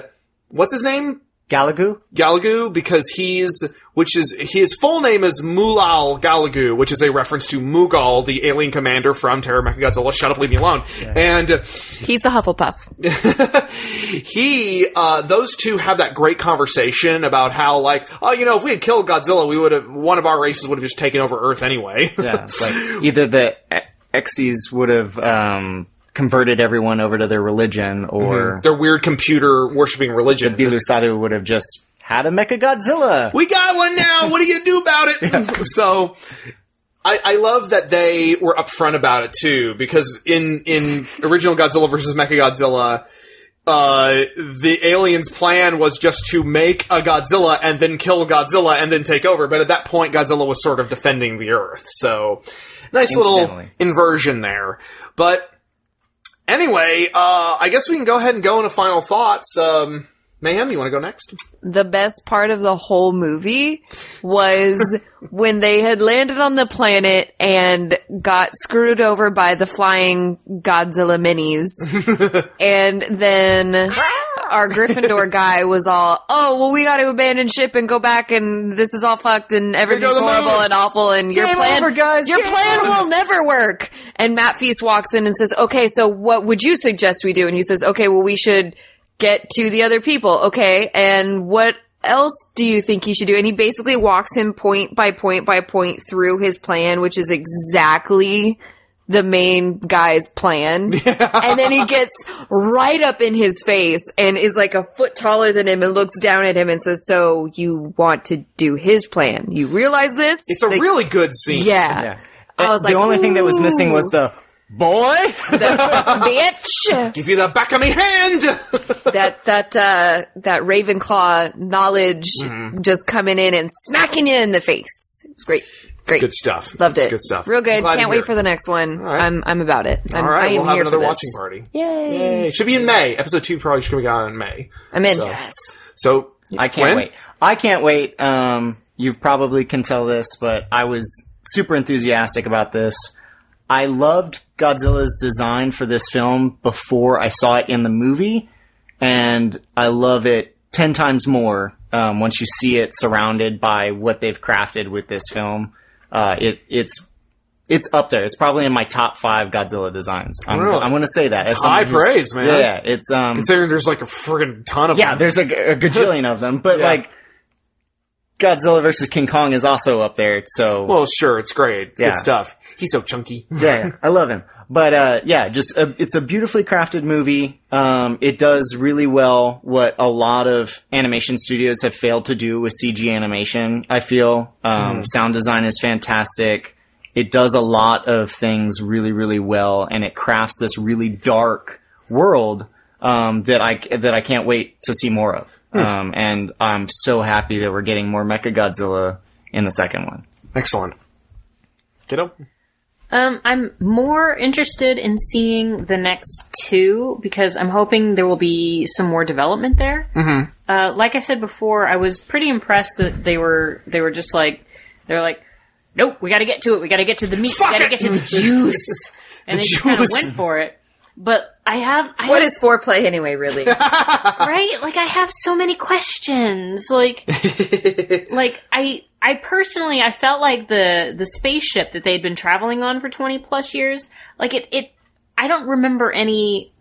Speaker 4: what's his name?
Speaker 5: Galagoo?
Speaker 4: Galagu because he's which is his full name is Mulal Galagu, which is a reference to Mughal, the alien commander from Terror Mechagodzilla. Shut up, leave me alone. And
Speaker 3: He's the Hufflepuff.
Speaker 4: he, uh, those two have that great conversation about how, like, oh, you know, if we had killed Godzilla, we would have, one of our races would have just taken over Earth anyway.
Speaker 5: Yeah, it's like either the e- Exes would have um, converted everyone over to their religion,
Speaker 3: Mm-hmm.
Speaker 5: or
Speaker 4: Their weird computer worshipping religion.
Speaker 5: Bilusadu would have just had a Mecha Godzilla.
Speaker 4: we got one now. What are you gonna do about it? So, I, I love that they were upfront about it too, because in in original Godzilla versus Mechagodzilla, uh, the aliens' plan was just to make a Godzilla and then kill Godzilla and then take over. But at that point, Godzilla was sort of defending the Earth. So, nice little
Speaker 5: Incidentally.
Speaker 4: inversion there. But anyway, uh, I guess we can go ahead and go into final thoughts. Um, Mayhem, you want to go next?
Speaker 3: The best part of the whole movie was when they had landed on the planet and got screwed over by the flying Godzilla minis. and then our Gryffindor guy was all, "Oh, well we got to abandon ship and go back and this is all fucked and everything's
Speaker 4: the moon.
Speaker 3: horrible and awful and your
Speaker 5: Game
Speaker 3: plan
Speaker 5: over, guys.
Speaker 3: your
Speaker 5: Game
Speaker 3: plan will never work." And Matt Feast walks in and says, "Okay, so what would you suggest we do?" And he says, "Okay, well we should get to the other people." Okay, and what else do you think he should do? And he basically walks him point by point by point through his plan, which is exactly the main guy's plan. and then he gets right up in his face and is like a foot taller than him and looks down at him and says, So you want to do his plan? You realize this?
Speaker 4: It's a
Speaker 3: Like,
Speaker 4: really good scene.
Speaker 3: Yeah.
Speaker 5: Yeah.
Speaker 3: I was
Speaker 5: the
Speaker 3: like,
Speaker 5: only thing that was missing was the boy.
Speaker 3: Bitch!
Speaker 4: Give you the back of me hand.
Speaker 3: that, that, uh, that Ravenclaw knowledge
Speaker 4: Mm-hmm.
Speaker 3: just coming in and smacking you in the face. It's great. Great.
Speaker 4: good stuff.
Speaker 3: Loved
Speaker 4: It's
Speaker 3: it.
Speaker 4: Good stuff.
Speaker 3: Real good.
Speaker 4: I'm glad to
Speaker 3: Can't
Speaker 4: hear
Speaker 3: wait
Speaker 4: it.
Speaker 3: for the next one.
Speaker 4: right.
Speaker 3: I'm, I'm about it. I'm,
Speaker 4: All right,
Speaker 3: I am
Speaker 4: we'll have
Speaker 3: here
Speaker 4: another
Speaker 3: for this.
Speaker 4: watching party.
Speaker 3: Yay.
Speaker 4: It should be in May. Episode two probably should be out in May.
Speaker 3: I'm in.
Speaker 4: So-
Speaker 3: Yes.
Speaker 4: So
Speaker 5: I can't
Speaker 4: when?
Speaker 5: wait. I can't wait. Um, you probably can tell this, but I was super enthusiastic about this. I loved Godzilla's design for this film before I saw it in the movie, and I love it ten times more um, once you see it surrounded by what they've crafted with this film. Uh, it it's it's up there. It's probably in my top five Godzilla designs. I'm,
Speaker 4: Really?
Speaker 5: I'm going to say that. It's
Speaker 4: high praise, man.
Speaker 5: Yeah, it's um,
Speaker 4: Considering there's like a friggin' ton of
Speaker 5: yeah,
Speaker 4: them.
Speaker 5: there's a, g- a gajillion of them, but
Speaker 4: Yeah.
Speaker 5: like Godzilla versus King Kong is also up there. So
Speaker 4: Well, sure, it's great. It's
Speaker 5: Yeah.
Speaker 4: Good stuff. He's so chunky.
Speaker 5: yeah, I love him. But uh, yeah, just a, it's a beautifully crafted movie. Um, it does really well what a lot of animation studios have failed to do with CG animation. I feel um,
Speaker 6: Hmm.
Speaker 5: sound design is fantastic. It does a lot of things really, really well, and it crafts this really dark world um, that I that I can't wait to see more of.
Speaker 6: Hmm.
Speaker 5: Um, and I'm so happy that we're getting more Mecha Godzilla in the second one.
Speaker 4: Excellent. Kiddo?
Speaker 6: Um, I'm more interested in seeing the next two because I'm hoping there will be some more development there. Mm-hmm. Uh, like I said before, I was pretty impressed that they were they were just like they're like, nope, we got to get to it. We got to get to the meat.
Speaker 4: Fuck
Speaker 6: we got to
Speaker 4: it."
Speaker 6: get to the juice. And they just kind of
Speaker 4: juice.
Speaker 6: went for it. But I have I
Speaker 3: What
Speaker 6: have-
Speaker 3: is foreplay anyway, really?
Speaker 6: right? Like I have so many questions. Like like I I personally I felt like the the spaceship that they'd been traveling on for 20 plus years, like it it I don't remember any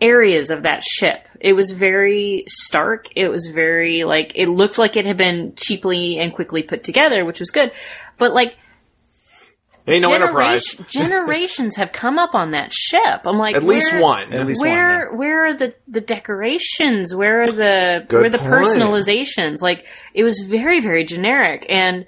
Speaker 6: areas of that ship. It was very stark. It was very like it looked like it had been cheaply and quickly put together, which was good. But like
Speaker 4: Ain't no
Speaker 6: genera-
Speaker 4: Enterprise.
Speaker 6: generations have come up on that ship. I'm like
Speaker 4: At least
Speaker 6: where-
Speaker 4: one.
Speaker 5: At least one. yeah.
Speaker 6: where where are the the decorations where are the
Speaker 4: Good
Speaker 6: where are the
Speaker 4: point.
Speaker 6: personalizations like it was very very generic and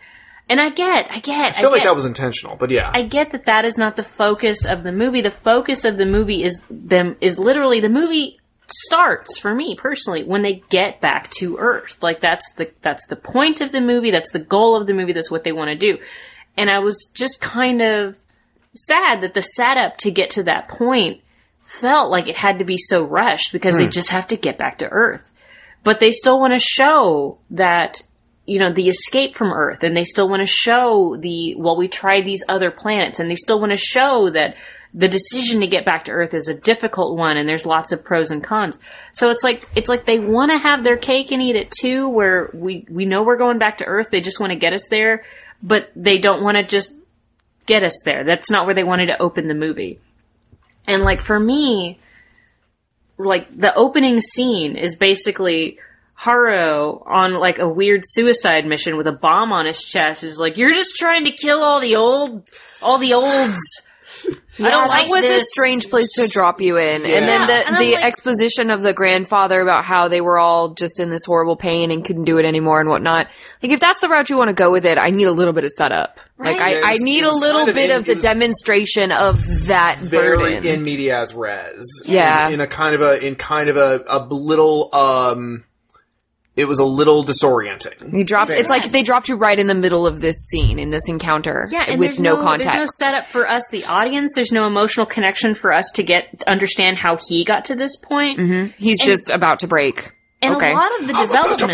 Speaker 6: and i get i get
Speaker 4: I feel like
Speaker 6: get,
Speaker 4: that was intentional, but yeah.
Speaker 6: i get that that is not the focus of the movie the focus of the movie is them is literally the movie starts for me personally when they get back to earth like that's the that's the point of the movie that's the goal of the movie that's what they want to do and i was just kind of sad that the setup to get to that point felt like it had to be so rushed because they just have to get back to Earth. But they still want to show that, you know, the escape from Earth and they still want to show the, well, we tried these other planets and they still want to show that the decision to get back to Earth is a difficult one and there's lots of pros and cons. So it's like, it's like they want to have their cake and eat it too, where we, we know we're going back to Earth. They just want to get us there, but they don't want to just get us there. That's not where they wanted to open the movie. And like for me, like the opening scene is basically Haro on like a weird suicide mission with a bomb on his chest is like, You're just trying to kill all the old all the olds. I don't
Speaker 3: That
Speaker 6: like
Speaker 3: was
Speaker 6: this.
Speaker 3: a strange place to drop you in. And then
Speaker 6: Yeah,
Speaker 3: the,
Speaker 6: and I'm
Speaker 3: the
Speaker 6: like-
Speaker 3: exposition of the grandfather about how they were all just in this horrible pain and couldn't do it anymore and whatnot. Like, if that's the route you want to go with it, I need a little bit of setup. Like,
Speaker 6: Right.
Speaker 3: I,
Speaker 6: Yeah,
Speaker 4: it
Speaker 3: I
Speaker 4: was-
Speaker 3: need
Speaker 4: it
Speaker 3: a
Speaker 4: was
Speaker 3: little
Speaker 4: kind of
Speaker 3: bit
Speaker 4: in-
Speaker 3: of the
Speaker 4: it was-
Speaker 3: demonstration of that
Speaker 4: very
Speaker 3: burden.
Speaker 4: in medias res.
Speaker 3: Yeah.
Speaker 4: In, in a kind of a in kind of a, a little um it was a little disorienting.
Speaker 3: you dropped, it's like they dropped you right in the middle of this scene, in this encounter,
Speaker 6: Yeah, and
Speaker 3: with
Speaker 6: there's
Speaker 3: no,
Speaker 6: There's
Speaker 3: context.
Speaker 6: no setup for us, the audience. There's no emotional connection for us to get to understand how he got to this point.
Speaker 3: He's just about to break.
Speaker 6: And
Speaker 3: okay.
Speaker 6: a lot of the development,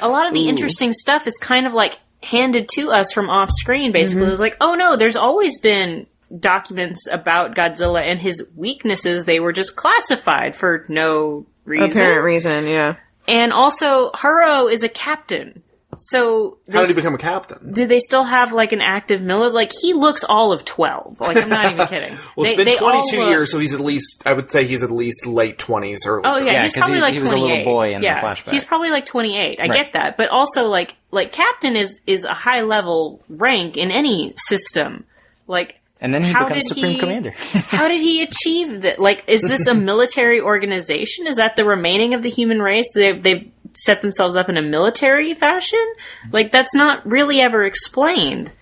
Speaker 6: a lot of the interesting stuff is kind of like handed to us from off screen, basically.
Speaker 3: Mm-hmm.
Speaker 6: It was like, oh no, there's always been documents about Godzilla and his weaknesses. They were just classified for no reason.
Speaker 3: Apparent reason, yeah.
Speaker 6: And also, Haro is a captain. So,
Speaker 4: How did
Speaker 6: this-
Speaker 4: he become a captain?
Speaker 6: do they still have like an active military? Like, he looks all of 12. Like, I'm not even kidding.
Speaker 4: Well, it's
Speaker 6: They-
Speaker 4: been
Speaker 6: they all
Speaker 4: 22
Speaker 6: look-
Speaker 4: years, so he's at least I would say he's at least late 20s early.
Speaker 6: Oh yeah,
Speaker 4: 30s.
Speaker 5: Yeah,
Speaker 6: he's
Speaker 5: 'cause
Speaker 6: probably
Speaker 5: he's-
Speaker 6: like
Speaker 5: he was a little
Speaker 6: 28.
Speaker 5: boy in the
Speaker 6: yeah,
Speaker 5: flashback.
Speaker 6: He's probably like 28. I get that, but also like like captain is is a high level rank in any system. Like
Speaker 5: And then he
Speaker 6: How
Speaker 5: becomes
Speaker 6: did
Speaker 5: Supreme
Speaker 6: he-
Speaker 5: Commander.
Speaker 6: how did he achieve that? Like is this a military organization? Is that the remaining of the human race? They they've set themselves up in a military fashion? Like that's not really ever explained.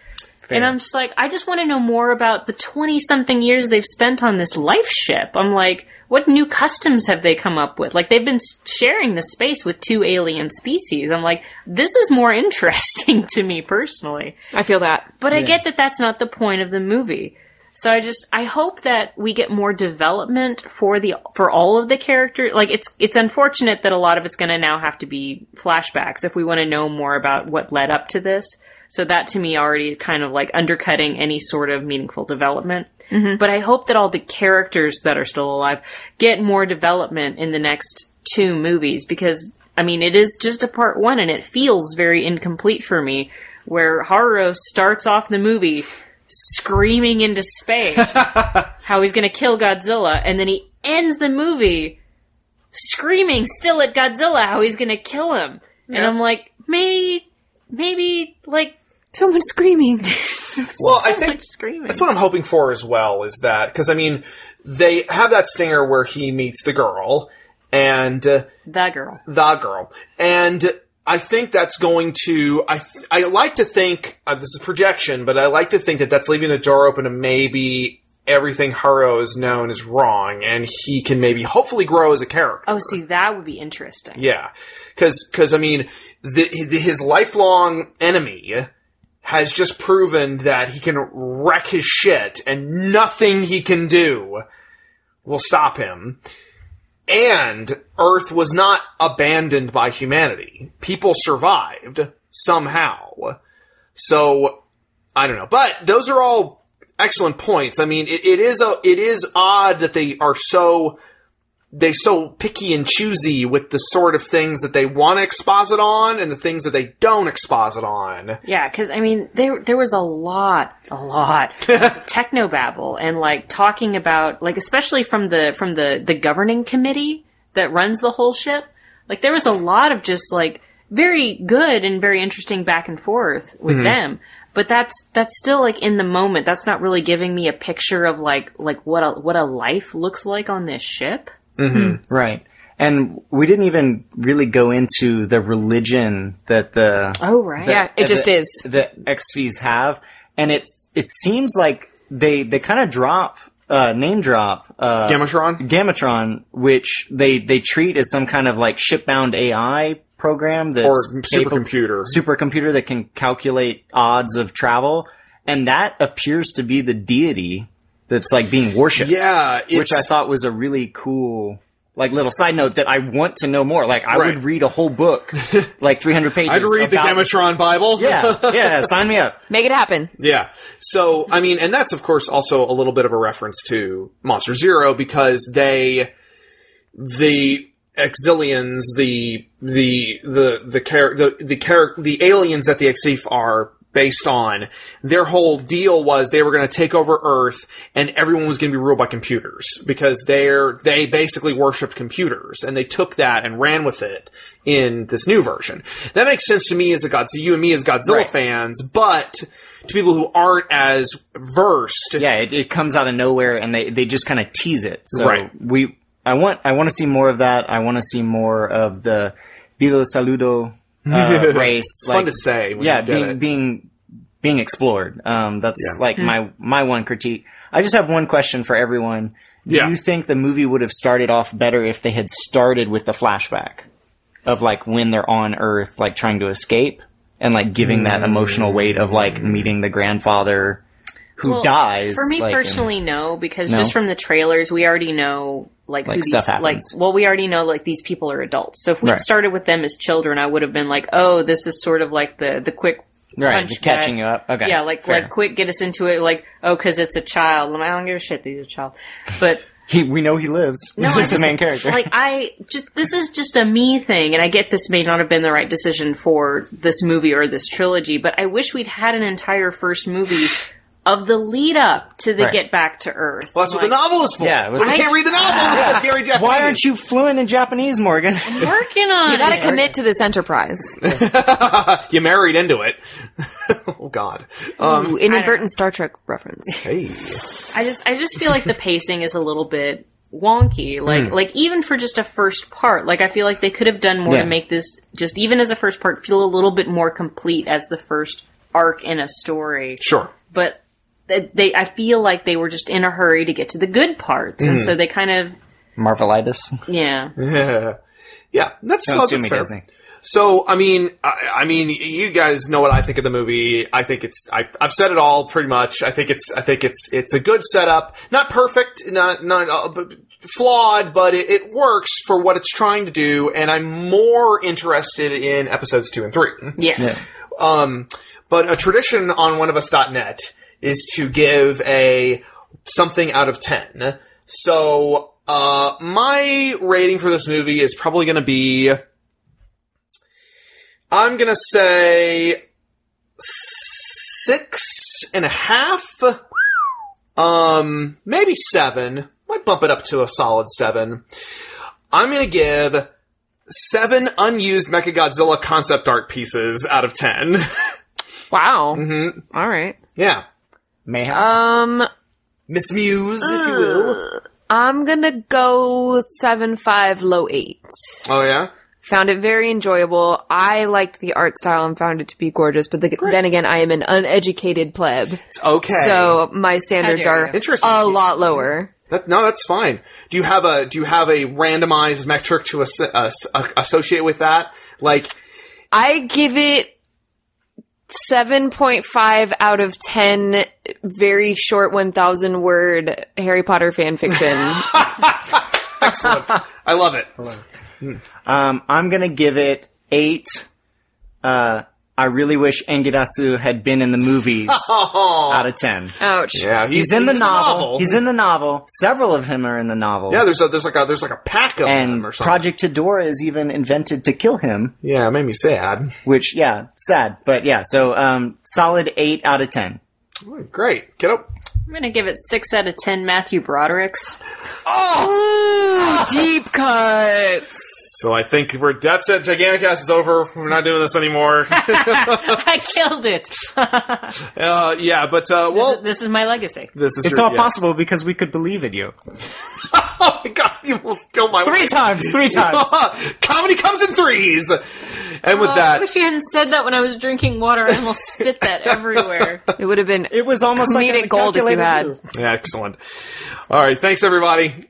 Speaker 6: And I'm just like, I just want to know more about the 20 something years they've spent on this life ship. I'm like, what new customs have they come up with? Like, they've been s- sharing the space with two alien species. I'm like, this is more interesting to me personally.
Speaker 3: I feel that.
Speaker 6: But I get that that's not the point of the movie. So I just I hope that we get more development for the for all of the characters. Like it's it's unfortunate that a lot of it's going to now have to be flashbacks if we want to know more about what led up to this. So that to me already is kind of like undercutting any sort of meaningful development. But I hope that all the characters that are still alive get more development in the next two movies because I mean it is just a part one and it feels very incomplete for me where Haru starts off the movie screaming into space how he's going to kill Godzilla, and then he ends the movie screaming still at Godzilla how he's going to kill him. And I'm like, maybe, maybe like
Speaker 3: So much screaming.
Speaker 4: Well, I
Speaker 6: so
Speaker 4: think
Speaker 6: much screaming.
Speaker 4: That's what I'm hoping for as well. Is that because I mean they have that stinger where he meets the girl and uh,
Speaker 6: that girl.
Speaker 4: the girl, and I think that's going to. I th- I like to think uh, this is projection, but I like to think that that's leaving the door open to maybe everything Haro is known is wrong, and he can maybe hopefully grow as a character.
Speaker 6: Oh, see, that would be interesting.
Speaker 4: Yeah, because I mean, the, the, his lifelong enemy has just proven that he can wreck his shit, and nothing he can do will stop him. And Earth was not abandoned by humanity; people survived somehow. So I don't know, but those are all excellent points. I mean, it, it is a it is odd that they are so they're so picky and choosy with the sort of things that they want to exposit on and the things that they don't exposit on.
Speaker 6: Yeah, because I mean, there there was a lot, a lot of techno babble and like talking about like especially from the from the the governing committee that runs the whole ship. Like there was a lot of just like very good and very interesting back and forth with them. But that's that's still like in the moment. That's not really giving me a picture of like like what a what a life looks like on this ship.
Speaker 5: right. And we didn't even really go into the religion that the
Speaker 6: Oh right.
Speaker 3: Yeah, it just
Speaker 5: the,
Speaker 3: is.
Speaker 5: the XVs have, and it it seems like they they kind of drop uh, name drop uh,
Speaker 4: Gamatron?
Speaker 5: Gamatron, which they they treat as some kind of like shipbound AI program that's
Speaker 4: Or
Speaker 5: capable-
Speaker 4: supercomputer.
Speaker 5: supercomputer that can calculate odds of travel, and that appears to be the deity that's like being worshipped.
Speaker 4: Yeah,
Speaker 5: which
Speaker 4: it's-
Speaker 5: I thought was a really cool like little side note that I want to know more. Like I
Speaker 4: Right.
Speaker 5: would read a whole book, like 300 pages.
Speaker 4: I'd read the
Speaker 5: about-
Speaker 4: Gamatron Bible.
Speaker 5: Yeah, yeah, sign me up.
Speaker 3: Make it happen.
Speaker 4: Yeah. So, I mean, and that's of course also a little bit of a reference to Monster Zero because they, the Exilians, the the the the char- the the, char- the aliens that the Exif are based on, their whole deal was they were going to take over Earth and everyone was going to be ruled by computers because they're they basically worshipped computers and they took that and ran with it in this new version. That makes sense to me as a Godzilla, you and me as Godzilla
Speaker 5: Right.
Speaker 4: fans, but to people who aren't as versed,
Speaker 5: Yeah, it, it comes out of nowhere, and they they just kind of tease it. So
Speaker 4: Right.
Speaker 5: we, I want I want to see more of that. I want to see more of the Bilo Saludo uh, race. It's
Speaker 4: fun to say when
Speaker 5: yeah,
Speaker 4: you get
Speaker 5: being
Speaker 4: it.
Speaker 5: being being explored. Um, that's
Speaker 4: Yeah.
Speaker 6: Mm.
Speaker 5: like my my one critique. I just have one question for everyone. Do
Speaker 4: Yeah.
Speaker 5: you think the movie would have started off better if they had started with the flashback of like when they're on Earth, like trying to escape, and like giving that emotional weight of like meeting the grandfather who
Speaker 6: Well,
Speaker 5: dies?
Speaker 6: For me
Speaker 5: like, and-
Speaker 6: personally, no, because
Speaker 5: No?
Speaker 6: just from the trailers, we already know like,
Speaker 5: Like,
Speaker 6: who
Speaker 5: stuff
Speaker 6: these, like
Speaker 5: happens.
Speaker 6: well, we already know like these people are adults. So if we
Speaker 5: Right.
Speaker 6: would started with them as children, I would have been like, oh, this is sort of like the the quick
Speaker 5: Right,
Speaker 6: punch
Speaker 5: just
Speaker 6: that-
Speaker 5: catching you up. Okay,
Speaker 6: Yeah, like
Speaker 5: fair.
Speaker 6: like quick, get us into it. Like oh, because it's a child. And I don't give a shit. that He's a child, but.
Speaker 5: he, we know he lives.
Speaker 6: No,
Speaker 5: this
Speaker 6: I
Speaker 5: is the
Speaker 6: just-
Speaker 5: main character.
Speaker 6: Like I just this is just a me thing, and I get this may not have been the right decision for this movie or this trilogy, but I wish we'd had an entire first movie of the lead up to the
Speaker 5: Right.
Speaker 6: get back to Earth.
Speaker 4: Well, that's what the novel is for.
Speaker 5: Yeah,
Speaker 4: but I
Speaker 5: I-
Speaker 4: can't read the novel because Gary Japanese.
Speaker 5: Why aren't you fluent in Japanese, Morgan?
Speaker 6: Working on
Speaker 3: You gotta
Speaker 6: it.
Speaker 3: commit to this enterprise.
Speaker 4: You married into it. oh God. Um,
Speaker 3: Ooh, inadvertent Star Trek reference.
Speaker 4: hey.
Speaker 6: I just I just feel like the pacing is a little bit wonky. Like like even for just a first part, like I feel like they could have done more
Speaker 5: Yeah.
Speaker 6: to make this just even as a first part feel a little bit more complete as the first arc in a story.
Speaker 4: Sure.
Speaker 6: but they, they I feel like they were just in a hurry to get to the good parts, and so they kind of
Speaker 5: Marvelitis.
Speaker 6: yeah.
Speaker 4: Yeah. Yeah. That's,
Speaker 5: Don't
Speaker 4: that's
Speaker 5: sue me,
Speaker 4: fair.
Speaker 5: Disney.
Speaker 4: So, I mean, I, I mean, you guys know what I think of the movie. I think it's, I, I've said it all pretty much. I think it's, I think it's, it's a good setup. Not perfect, not, not, uh, but flawed, but it, it works for what it's trying to do. And I'm more interested in episodes two and three.
Speaker 6: Yes.
Speaker 4: Um, but a tradition on oneofus.net is to give a something out of 10. So, uh, my rating for this movie is probably going to be. I'm going to say six and a half. Um, maybe seven. Might bump it up to a solid seven. I'm going to give seven unused Mechagodzilla concept art pieces out of ten.
Speaker 3: Wow. Mm-hmm. All right.
Speaker 4: yeah.
Speaker 5: Mayhem.
Speaker 3: Um,
Speaker 4: Miss Muse, if you will.
Speaker 3: I'm gonna go seven five low eight.
Speaker 5: Ah.
Speaker 4: Oh yeah?
Speaker 3: Found it very enjoyable. I liked the art style and found it to be gorgeous. But the, then again, I am an uneducated pleb,
Speaker 4: It's okay.
Speaker 3: so my standards
Speaker 6: dare
Speaker 3: are
Speaker 6: you.
Speaker 4: Interesting.
Speaker 3: a lot lower.
Speaker 4: That- no, that's fine. Do you have a do you have a randomized metric to as- as- uh, associate with that? Like
Speaker 3: I give it. 7.5 out of 10 very short 1000 word Harry Potter fan fiction.
Speaker 4: excellent. I love it.
Speaker 5: Um, I'm gonna give it eight. Uh, I really wish Engidatsu had been in the movies
Speaker 4: Oh.
Speaker 5: out of ten.
Speaker 3: Ouch.
Speaker 4: Yeah, he's,
Speaker 5: He's in the novel. He's in the novel. Several of him are in the novel.
Speaker 4: yeah, there's a there's like a there's like a pack of
Speaker 5: and
Speaker 4: them or something.
Speaker 5: Project Todora is even invented to kill him,
Speaker 4: yeah, it made me sad.
Speaker 5: which yeah, sad, but yeah. So um, solid eight out of ten.
Speaker 4: Oh, Great. Get up.
Speaker 6: I'm gonna give it six out of ten. Matthew Broderick's.
Speaker 3: Deep cuts.
Speaker 4: So I think we're that's it. Giganticast is over. We're not doing this anymore.
Speaker 6: I killed it.
Speaker 4: uh, yeah, but uh, well,
Speaker 6: this is my legacy.
Speaker 4: this is
Speaker 5: It's
Speaker 4: your-
Speaker 5: all
Speaker 4: yeah.
Speaker 5: possible because we could believe in you.
Speaker 4: Oh my god, you will kill my
Speaker 5: Three
Speaker 4: wife.
Speaker 5: times, three times.
Speaker 4: Comedy comes in threes. And with
Speaker 6: Oh, I
Speaker 4: that,
Speaker 6: wish you hadn't said that when I was drinking water. I almost spit that everywhere.
Speaker 3: It would have been
Speaker 5: It was almost like
Speaker 3: comedic
Speaker 5: a
Speaker 3: gold if you
Speaker 5: calculated
Speaker 3: had.
Speaker 5: move.
Speaker 4: yeah, excellent. All right, thanks everybody.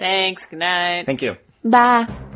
Speaker 6: Thanks. Good night.
Speaker 5: Thank you.
Speaker 3: Bye.